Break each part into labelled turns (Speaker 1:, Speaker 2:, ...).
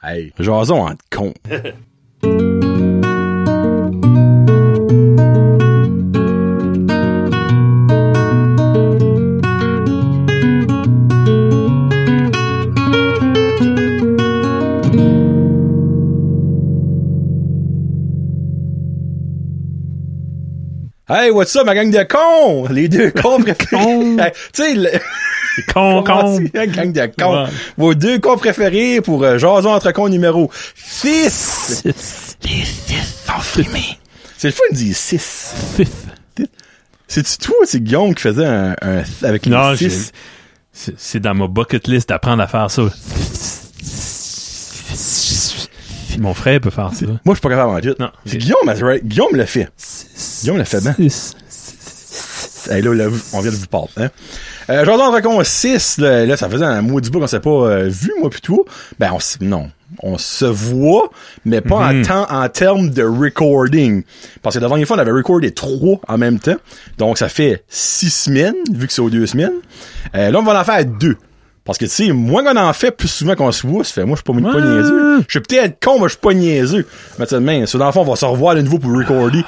Speaker 1: Hey, jason en con. Hey, what's up, ma gang de cons? Les deux cons préférés. Hey, tu sais, le-
Speaker 2: Con, con.
Speaker 1: commencer, la gang de cons.
Speaker 2: Ouais.
Speaker 1: Vos deux cons préférés pour euh, Jason entre cons numéro 6. Les 6 sont filmés. C'est le fun de dire 6.
Speaker 2: Fif.
Speaker 1: C'est-tu toi ou c'est Guillaume qui faisait un, un avec
Speaker 2: Non,
Speaker 1: les
Speaker 2: j'ai-
Speaker 1: 6?
Speaker 2: C'est c'est dans ma bucket list d'apprendre à faire ça. Mon frère peut faire ça.
Speaker 1: Moi, je suis pas capable en tout.
Speaker 2: Non.
Speaker 1: C'est Guillaume, mais c'est vrai, Guillaume le fait. Guillaume le fait bien. Hey, là, là, on vient de vous parler. Hein? Euh, Jordan Dracon 6, là, là, ça faisait un mot du bout qu'on s'est pas euh, vu, moi, plutôt. Ben, on s- non. On se voit, mais pas en, temps, en termes de recording. Parce que la dernière fois, on avait recordé trois en même temps. Donc, ça fait six semaines, vu que c'est aux deux semaines. Euh, là, on va en faire deux. Parce que, tu sais, moins qu'on en fait, plus souvent qu'on se voit, ça fait, moi, je suis pas, pas
Speaker 2: Ouais.
Speaker 1: niaiseux. Je suis peut-être con, mais je suis pas niaiseux. Mais, tu sais, demain, sur dans le fond, on va se revoir de nouveau pour recorder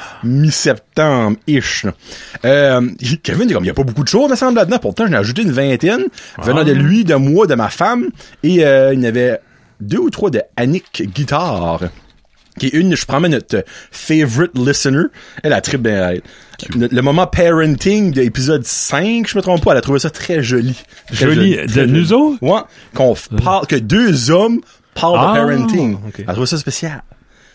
Speaker 1: mi-septembre-ish, là. Euh, Kevin, il est comme, il y a pas beaucoup de choses, me semble, là-dedans. Pourtant, j'en ai ajouté une vingtaine, venant de
Speaker 2: Ah.
Speaker 1: lui, de moi, de ma femme, et, euh, il y en avait deux ou trois de Annick Guitare qui est une, je promets notre euh, favorite listener. Elle a très bien, euh, le- le moment parenting de l'épisode 5, je me trompe pas, elle a trouvé ça très joli. Très
Speaker 2: Joli, de
Speaker 1: très
Speaker 2: nous autres?
Speaker 1: Ouais. Qu'on f- parle, que deux hommes parlent
Speaker 2: Euh. Ah,
Speaker 1: de parenting.
Speaker 2: ok.
Speaker 1: Elle a trouvé ça spécial.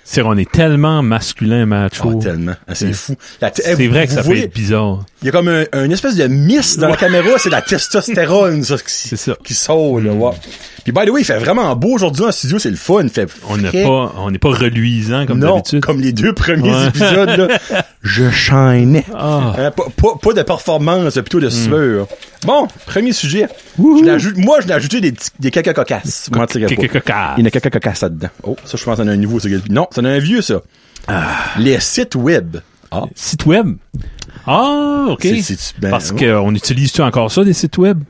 Speaker 2: C'est on est tellement masculin
Speaker 1: Oh,
Speaker 2: macho.
Speaker 1: tellement. Ah, C'est fou. La t- eh,
Speaker 2: c'est vrai que
Speaker 1: vous
Speaker 2: ça
Speaker 1: voyez,
Speaker 2: fait bizarre.
Speaker 1: Il y a comme un, un espèce de mist dans la caméra, c'est la testostérone, ça, qui,
Speaker 2: C'est ça.
Speaker 1: qui sort, là, ouais. Puis, by the way, il fait vraiment beau aujourd'hui en studio, c'est le fun. Il fait
Speaker 2: On n'est
Speaker 1: frais.
Speaker 2: pas on n'est pas reluisant comme
Speaker 1: non,
Speaker 2: d'habitude.
Speaker 1: comme les deux premiers
Speaker 2: Ouais.
Speaker 1: épisodes, là, je chaînais.
Speaker 2: Ah. Hmm.
Speaker 1: Hein, pas, pas- pas de performance, plutôt de sueur. Bon, premier sujet. Je l'ajoute- moi, je l'ai ajouté des, petits- des caca cocasses. Je mentirais
Speaker 2: Quelques
Speaker 1: pas.
Speaker 2: cocards.
Speaker 1: Il y en a caca cocasses là-dedans. Oh, ça, je pense que ça en a un nouveau. ça. Non, ça en a un vieux, ça.
Speaker 2: Ah.
Speaker 1: Les sites web. Ah,
Speaker 2: Site web. Ah, OK.
Speaker 1: C'est- c'est- ben,
Speaker 2: Parce
Speaker 1: ouais.
Speaker 2: qu'on utilise-tu encore ça, des sites web?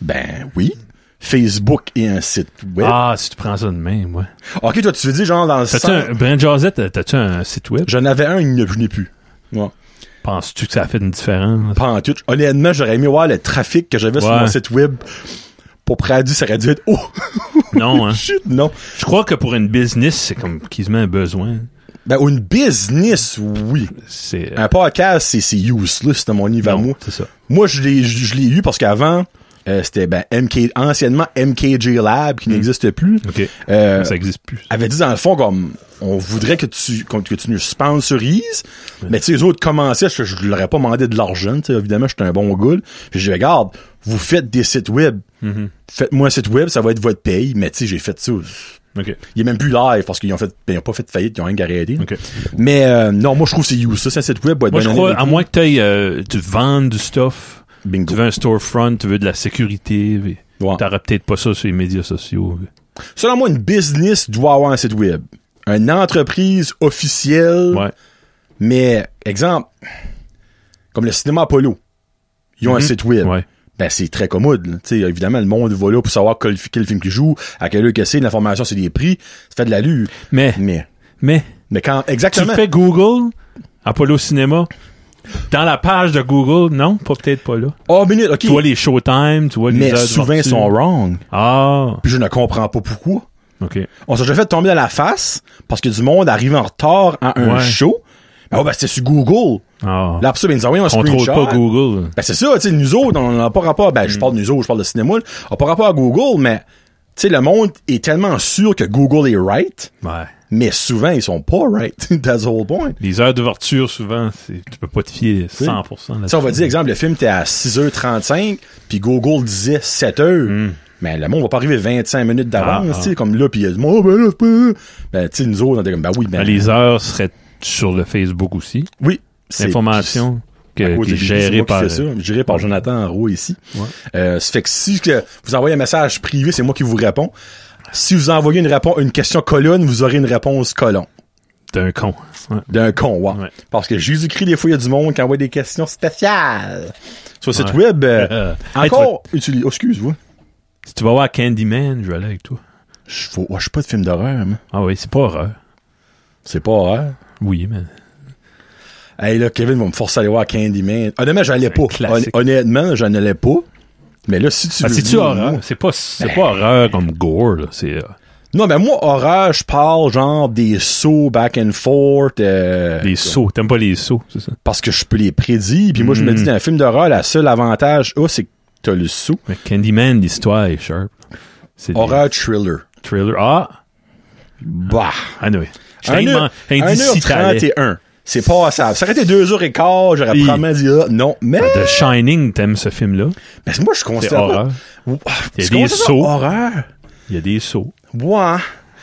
Speaker 1: ben oui. Facebook et un site web.
Speaker 2: Ah, si tu prends ça de même, ouais.
Speaker 1: Ok, toi, tu veux dire, genre, dans le
Speaker 2: T'as-tu
Speaker 1: sens-
Speaker 2: un, Brand Josette, t'as-tu un site web?
Speaker 1: J'en avais un, il n'y en a- je n'ai plus. Ouais.
Speaker 2: Penses-tu que ça a fait une différence?
Speaker 1: Pas en tout. Honnêtement, j'aurais aimé voir le trafic que j'avais sur
Speaker 2: Ouais.
Speaker 1: mon site web. Pour prédire, ça aurait dû être, oh,
Speaker 2: non, hein.
Speaker 1: shit, non.
Speaker 2: Je crois que pour une business, c'est comme quasiment un besoin.
Speaker 1: Ben, une business, oui.
Speaker 2: C'est.
Speaker 1: Un podcast, c'est, c'est useless dans mon univers,
Speaker 2: Non,
Speaker 1: Ah, moi.
Speaker 2: c'est ça.
Speaker 1: Moi, je l'ai, je, je l'ai eu parce qu'avant, euh, c'était, ben, MK, anciennement MKJ Lab, qui n'existe plus.
Speaker 2: Hmm. OK.
Speaker 1: Euh,
Speaker 2: ça existe plus.
Speaker 1: avait dit dans le fond comme on voudrait que tu qu'on- que tu nous sponsorises mais tu sais les autres commençaient je, je leur ai pas demandé de l'argent tu sais, évidemment j'étais un bon goule puis j'ai dit, regarde vous faites des sites web
Speaker 2: Mm-hmm.
Speaker 1: faites-moi un site web ça va être votre paye mais tu sais j'ai fait ça
Speaker 2: OK.
Speaker 1: il est même plus live parce qu'ils ont fait ben, ils ont pas fait de faillite ils ont rien arrêté
Speaker 2: OK.
Speaker 1: mais euh, non moi je trouve que c'est useless un site web doit être
Speaker 2: Moi, je
Speaker 1: bien
Speaker 2: crois,
Speaker 1: aimé.
Speaker 2: à moins que t'ailles, euh, tu vendes du stuff,
Speaker 1: bingo
Speaker 2: tu veux un storefront, tu veux de la sécurité, puis
Speaker 1: Ouais.
Speaker 2: t'auras peut-être pas ça sur les médias sociaux. puis.
Speaker 1: selon moi une business doit avoir un site web une entreprise officielle
Speaker 2: Ouais.
Speaker 1: Mais, exemple, comme le cinéma Apollo, ils ont un site web.
Speaker 2: Mhm. Ouais.
Speaker 1: Ben, c'est très commode. là. Tu sais, évidemment, le monde va là pour savoir quel, quel film qu'ils jouent, à quelle heure que c'est, l'information sur les prix. Ça fait de la lue.
Speaker 2: Mais,
Speaker 1: Mais,
Speaker 2: mais,
Speaker 1: mais quand,
Speaker 2: tu
Speaker 1: exactement.
Speaker 2: fais Google, Apollo Cinéma, dans la page de Google, non, pas peut-être pas là.
Speaker 1: Oh, minute, ok.
Speaker 2: Tu vois les showtime, tu vois les
Speaker 1: mais
Speaker 2: heures
Speaker 1: souvent, ils
Speaker 2: d'ouverture.
Speaker 1: sont wrong.
Speaker 2: Ah,
Speaker 1: Puis je ne comprends pas pourquoi.
Speaker 2: OK.
Speaker 1: On s'est déjà fait tomber dans la face parce que du monde arrive en retard à un
Speaker 2: Ouais.
Speaker 1: show. Ben, oh, ben, c'était sur Google.
Speaker 2: Ah.
Speaker 1: Là, pour ça, ben, ils nous envoient un
Speaker 2: Contrôle
Speaker 1: screenshot.
Speaker 2: pas Google.
Speaker 1: Ben c'est ça, tu sais, nous autres, on n'a pas rapport, ben je
Speaker 2: Mm.
Speaker 1: parle de nous autres, je parle de cinéma, là. on n'a pas rapport à Google, mais tu sais, le monde est tellement sûr que Google est right,
Speaker 2: Ouais.
Speaker 1: mais souvent ils sont pas right, that's the whole point.
Speaker 2: Les heures d'ouverture, souvent, c'est- tu peux pas te fier 100%
Speaker 1: Ça, on va
Speaker 2: là-dessus.
Speaker 1: dire, exemple, le film était à 6h35, puis Google disait 7h. Mais le monde va pas arriver 25 minutes d'avance,
Speaker 2: Mm. Ah, ah.
Speaker 1: tu sais, comme là, puis il y a du monde, oh, ben là, c'est pas- Ben, tu sais, nous autres, on était comme, ben oui, ben,
Speaker 2: Ben, les heures seraient sur le Facebook aussi.
Speaker 1: oui. c'est-
Speaker 2: L'information
Speaker 1: à
Speaker 2: que-
Speaker 1: cause
Speaker 2: qui est
Speaker 1: des vidéos,
Speaker 2: gérée
Speaker 1: c'est moi
Speaker 2: par...
Speaker 1: qui fais ça, géré par Jonathan Roy ici.
Speaker 2: Ouais.
Speaker 1: Euh, ça fait que si que vous envoyez un message privé, c'est moi qui vous réponds. Si vous envoyez une réponse, une question colonne, vous aurez une réponse colon.
Speaker 2: d'un con. Ouais.
Speaker 1: D'un con, ouais.
Speaker 2: Ouais.
Speaker 1: Parce que Jésus-Christ, des fois, il y a du monde qui envoie des questions spéciales. Sur le site
Speaker 2: Ouais.
Speaker 1: web, euh,
Speaker 2: Euh, hey, tu vas-
Speaker 1: encore, utilise, oh, excuse-moi.
Speaker 2: si tu vas voir Candyman, je vais aller avec toi.
Speaker 1: Je faut... ouais, je suis pas de film d'horreur, moi.
Speaker 2: Ah oui, c'est pas horreur.
Speaker 1: C'est pas horreur.
Speaker 2: Oui, mais.
Speaker 1: Hey, là, Kevin va me forcer à aller voir Candyman. Honnêtement, j'allais pas. Hon-
Speaker 2: classique.
Speaker 1: Honnêtement, j'en allais pas. Mais là, si tu.
Speaker 2: Ah,
Speaker 1: le
Speaker 2: c'est-tu
Speaker 1: dis,
Speaker 2: horreur?
Speaker 1: moi-
Speaker 2: C'est pas, c'est pas horreur comme gore, là. C'est, euh,
Speaker 1: Non, mais moi, horreur, je parle genre des sauts back and forth. euh,
Speaker 2: les sauts. T'aimes pas les sauts, c'est ça?
Speaker 1: Parce que je peux les prédire. Puis moi,
Speaker 2: Mm-hmm.
Speaker 1: je me dis, dans un film d'horreur, la seule avantage, ah, c'est que t'as le saut.
Speaker 2: Mais Candyman, l'histoire est sharp. C'est des
Speaker 1: Horreur thriller.
Speaker 2: thriller. Ah!
Speaker 1: Bah.
Speaker 2: Ah, oui. J'ai
Speaker 1: Un heure-
Speaker 2: un
Speaker 1: un
Speaker 2: indice
Speaker 1: heure
Speaker 2: si t'allais.
Speaker 1: 31. C'est passable. Ça aurait été deux heures et quart, j'aurais
Speaker 2: Oui.
Speaker 1: probablement dit ah, non. Mais,
Speaker 2: The Shining, t'aimes ce film-là?
Speaker 1: mais moi, je
Speaker 2: C'est
Speaker 1: considère.
Speaker 2: horreur.
Speaker 1: Ouh,
Speaker 2: Il y a
Speaker 1: tu
Speaker 2: des
Speaker 1: considères ça
Speaker 2: sauts.
Speaker 1: Horreur.
Speaker 2: Il y a des sauts.
Speaker 1: Ouais.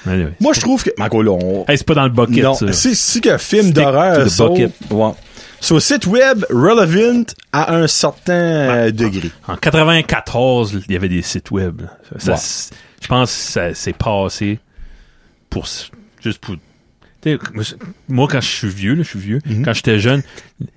Speaker 2: Anyway.
Speaker 1: Moi, je trouve que. Mais encore là, on-
Speaker 2: Hey, c'est pas dans le bucket,
Speaker 1: non,
Speaker 2: ça.
Speaker 1: si, si qu'un film
Speaker 2: Stick to
Speaker 1: d'horreur
Speaker 2: the
Speaker 1: saute.
Speaker 2: bucket.
Speaker 1: Ouais. Sur le site web, relevant à un certain euh, degré.
Speaker 2: En 94, il y avait des sites web. là. Ça,
Speaker 1: Ouais.
Speaker 2: c'est- Je pense que ça s'est passé pour s- juste pour. t'sais, moi, je- Moi, quand je suis vieux, là, je suis vieux.
Speaker 1: Mhm.
Speaker 2: Quand j'étais jeune,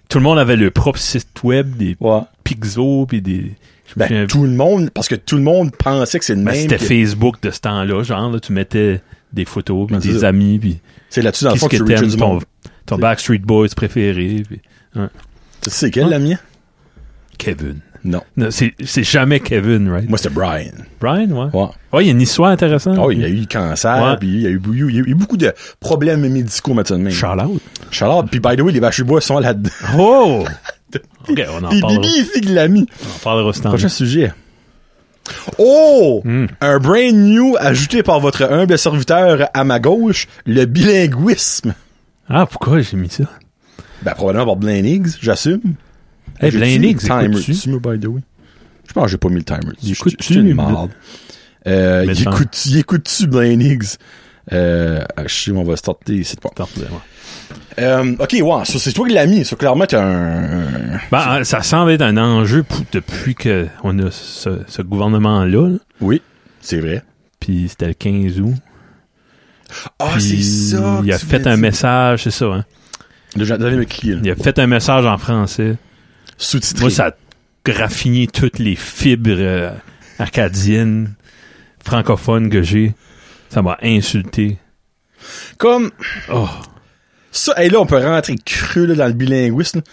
Speaker 2: tout le monde avait le propre site web, des
Speaker 1: Ouais.
Speaker 2: pixels puis des. je me
Speaker 1: Ben,
Speaker 2: souviens-
Speaker 1: tout le monde, parce que tout le monde pensait que c'est le
Speaker 2: ben,
Speaker 1: même.
Speaker 2: c'était
Speaker 1: que-
Speaker 2: Facebook de ce temps-là, genre là, tu mettais des photos, puis
Speaker 1: Ben, c'est
Speaker 2: des
Speaker 1: ça.
Speaker 2: amis, puis
Speaker 1: C'est là-dessus, dans le
Speaker 2: qu'est-ce
Speaker 1: fond, que
Speaker 2: que
Speaker 1: tu Richard
Speaker 2: t'aimes,
Speaker 1: du
Speaker 2: ton,
Speaker 1: monde.
Speaker 2: ton
Speaker 1: C'est-
Speaker 2: Backstreet Boys préféré, puis
Speaker 1: Tu sais, c'est quel,
Speaker 2: Hein?
Speaker 1: l'ami?
Speaker 2: Kevin.
Speaker 1: Non.
Speaker 2: Non, c'est c'est jamais Kevin, right?
Speaker 1: Moi, c'était Brian.
Speaker 2: Brian, ouais.
Speaker 1: Ouais.
Speaker 2: Ouais, il y a une histoire intéressante.
Speaker 1: Oh, il a eu le cancer,
Speaker 2: Ouais.
Speaker 1: puis il y a eu, bou- il y a eu beaucoup de problèmes médicaux maintenant.
Speaker 2: Shout out.
Speaker 1: Charlotte, puis by the way, les vaches bois sont là-dedans.
Speaker 2: Oh! OK, on en
Speaker 1: Puis
Speaker 2: parlera.
Speaker 1: Bibi, ici, qui l'a mis.
Speaker 2: On en parlera ce temps.
Speaker 1: Prochain sujet. Oh!
Speaker 2: Hmm.
Speaker 1: Un brand new ajouté par votre humble serviteur à ma gauche, le bilinguisme.
Speaker 2: Ah, pourquoi j'ai mis ça?
Speaker 1: Ben, probablement par Blaine Higgs, j'assume.
Speaker 2: Hey,
Speaker 1: J'ai-tu
Speaker 2: Blaine
Speaker 1: mis
Speaker 2: Higgs,
Speaker 1: le timer
Speaker 2: écoutes-tu?
Speaker 1: dessus, moi, by the way? Je pense que j'ai pas mis le timer. dessus.
Speaker 2: Écoutes-tu,
Speaker 1: Je suis une
Speaker 2: lui,
Speaker 1: marde. Euh,
Speaker 2: Mais
Speaker 1: il
Speaker 2: tant-
Speaker 1: écoute- il écoute-tu Blaine Higgs? Euh, ah, je sais, on va starter, c'est bon.
Speaker 2: Attends, ouais.
Speaker 1: Euh, ok, ouais, ça, c'est toi qui l'as mis. Ça, clairement, t'as un...
Speaker 2: Ben, ah, ça semble être un enjeu pou- depuis que on a ce, ce gouvernement-là. là.
Speaker 1: Oui, c'est vrai.
Speaker 2: Puis c'était le 15 août.
Speaker 1: Ah,
Speaker 2: Puis
Speaker 1: c'est ça.
Speaker 2: Il a fait un message, c'est ça, hein?
Speaker 1: Là, j'avais me cliquer, là.
Speaker 2: Il a fait un message en français.
Speaker 1: Sous-titré.
Speaker 2: Moi, ça a raffiné toutes les fibres euh, acadiennes, francophones que j'ai. Ça m'a insulté.
Speaker 1: Comme,
Speaker 2: Oh!
Speaker 1: ça, et là, on peut rentrer cru, là, dans le bilinguisme. là.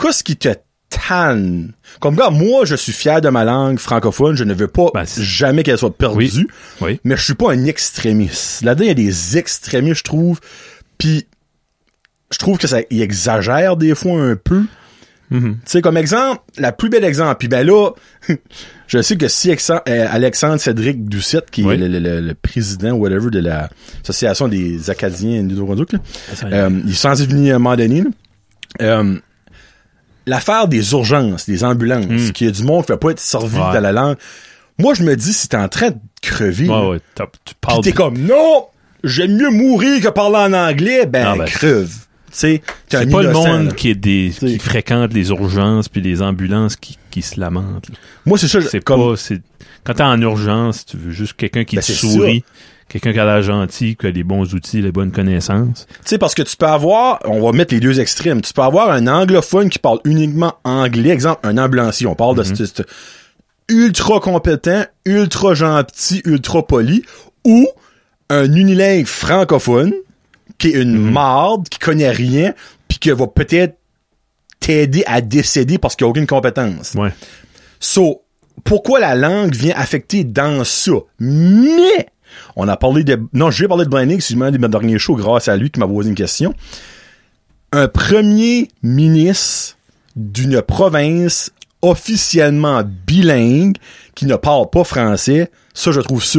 Speaker 1: Qu'est-ce qui te tanne? Comme gars, moi, je suis fier de ma langue francophone. Je ne veux pas
Speaker 2: Ben, c'est-
Speaker 1: jamais qu'elle soit perdue.
Speaker 2: Oui. Oui.
Speaker 1: Mais je suis pas un extrémiste. Là-dedans, il y a des extrémistes, je trouve. Puis, je trouve que ça, ils exagèrent des fois un peu.
Speaker 2: Mhm.
Speaker 1: Tu sais, comme exemple, la plus belle exemple, puis ben là, je sais que si Exa- euh, Alexandre Cédric Doucette, qui
Speaker 2: Oui.
Speaker 1: est le, le- le- le président, whatever, de la Association des Acadiens du Nouveau-Brunswick, là,
Speaker 2: Ça,
Speaker 1: euh, il est censé venir à un moment donné, là. Euh, l'affaire des urgences, des ambulances,
Speaker 2: Mm.
Speaker 1: qui est du monde qui ne pas être servi
Speaker 2: Ouais.
Speaker 1: dans la langue. Moi, je me dis, si t'es en train de crever, là,
Speaker 2: Ouais, ouais, t'as- tu
Speaker 1: puis
Speaker 2: parles
Speaker 1: t'es comme, non, j'aime mieux mourir que parler en anglais, ben,
Speaker 2: Ah, ben,
Speaker 1: creve. Tu sais, t'es
Speaker 2: C'est
Speaker 1: un
Speaker 2: pas le
Speaker 1: innocent,
Speaker 2: monde
Speaker 1: là.
Speaker 2: qui, est des, qui
Speaker 1: C'est-
Speaker 2: fréquente les urgences puis les ambulances qui, qui se lamentent. là.
Speaker 1: Moi, c'est ça,
Speaker 2: C'est
Speaker 1: Euh, comme,
Speaker 2: pas. C'est, quand t'es en urgence, tu veux juste quelqu'un qui
Speaker 1: Ben,
Speaker 2: te
Speaker 1: c'est
Speaker 2: sourit, quelqu'un qui a l'air gentil, qui a les bons outils, les bonnes connaissances.
Speaker 1: Tu sais, parce que tu peux avoir, on va mettre les deux extrêmes, tu peux avoir un anglophone qui parle uniquement anglais, exemple, un ambulancier, on parle de ce- ce- ultra compétent, ultra gentil, ultra poli, ou un unilingue francophone qui est une marde, qui connaît rien, puis qui va peut-être t'aider à décéder parce qu'il a aucune compétence.
Speaker 2: Ouais.
Speaker 1: So, pourquoi la langue vient affecter dans ça? Mais, on a parlé de, non, j'ai parlé de Blanding, c'est un des derniers shows grâce à lui qui m'a posé une question. Un premier ministre d'une province officiellement bilingue qui ne parle pas français, ça, je trouve ça,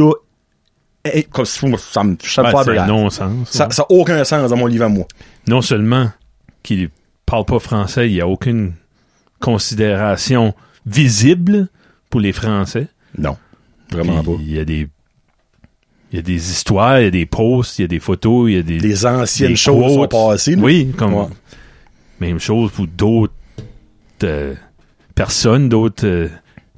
Speaker 1: eh, comme si- ça me, ça me
Speaker 2: Ben,
Speaker 1: fait
Speaker 2: c'est un
Speaker 1: aberrant.
Speaker 2: non-sens.
Speaker 1: Ça
Speaker 2: ouais.
Speaker 1: n'a aucun sens dans mon livre à moi.
Speaker 2: Non seulement qu'il parle pas français, il n'y a aucune considération visible pour les Français.
Speaker 1: Non. Vraiment
Speaker 2: Puis
Speaker 1: pas.
Speaker 2: Il y a des. Il y a des histoires, il y a des posts, il y a des photos, il y a des,
Speaker 1: Les anciennes
Speaker 2: des
Speaker 1: choses sont
Speaker 2: quotes.
Speaker 1: passées. là.
Speaker 2: Oui, comme
Speaker 1: Ouais.
Speaker 2: même chose pour d'autres euh, personnes, d'autres euh,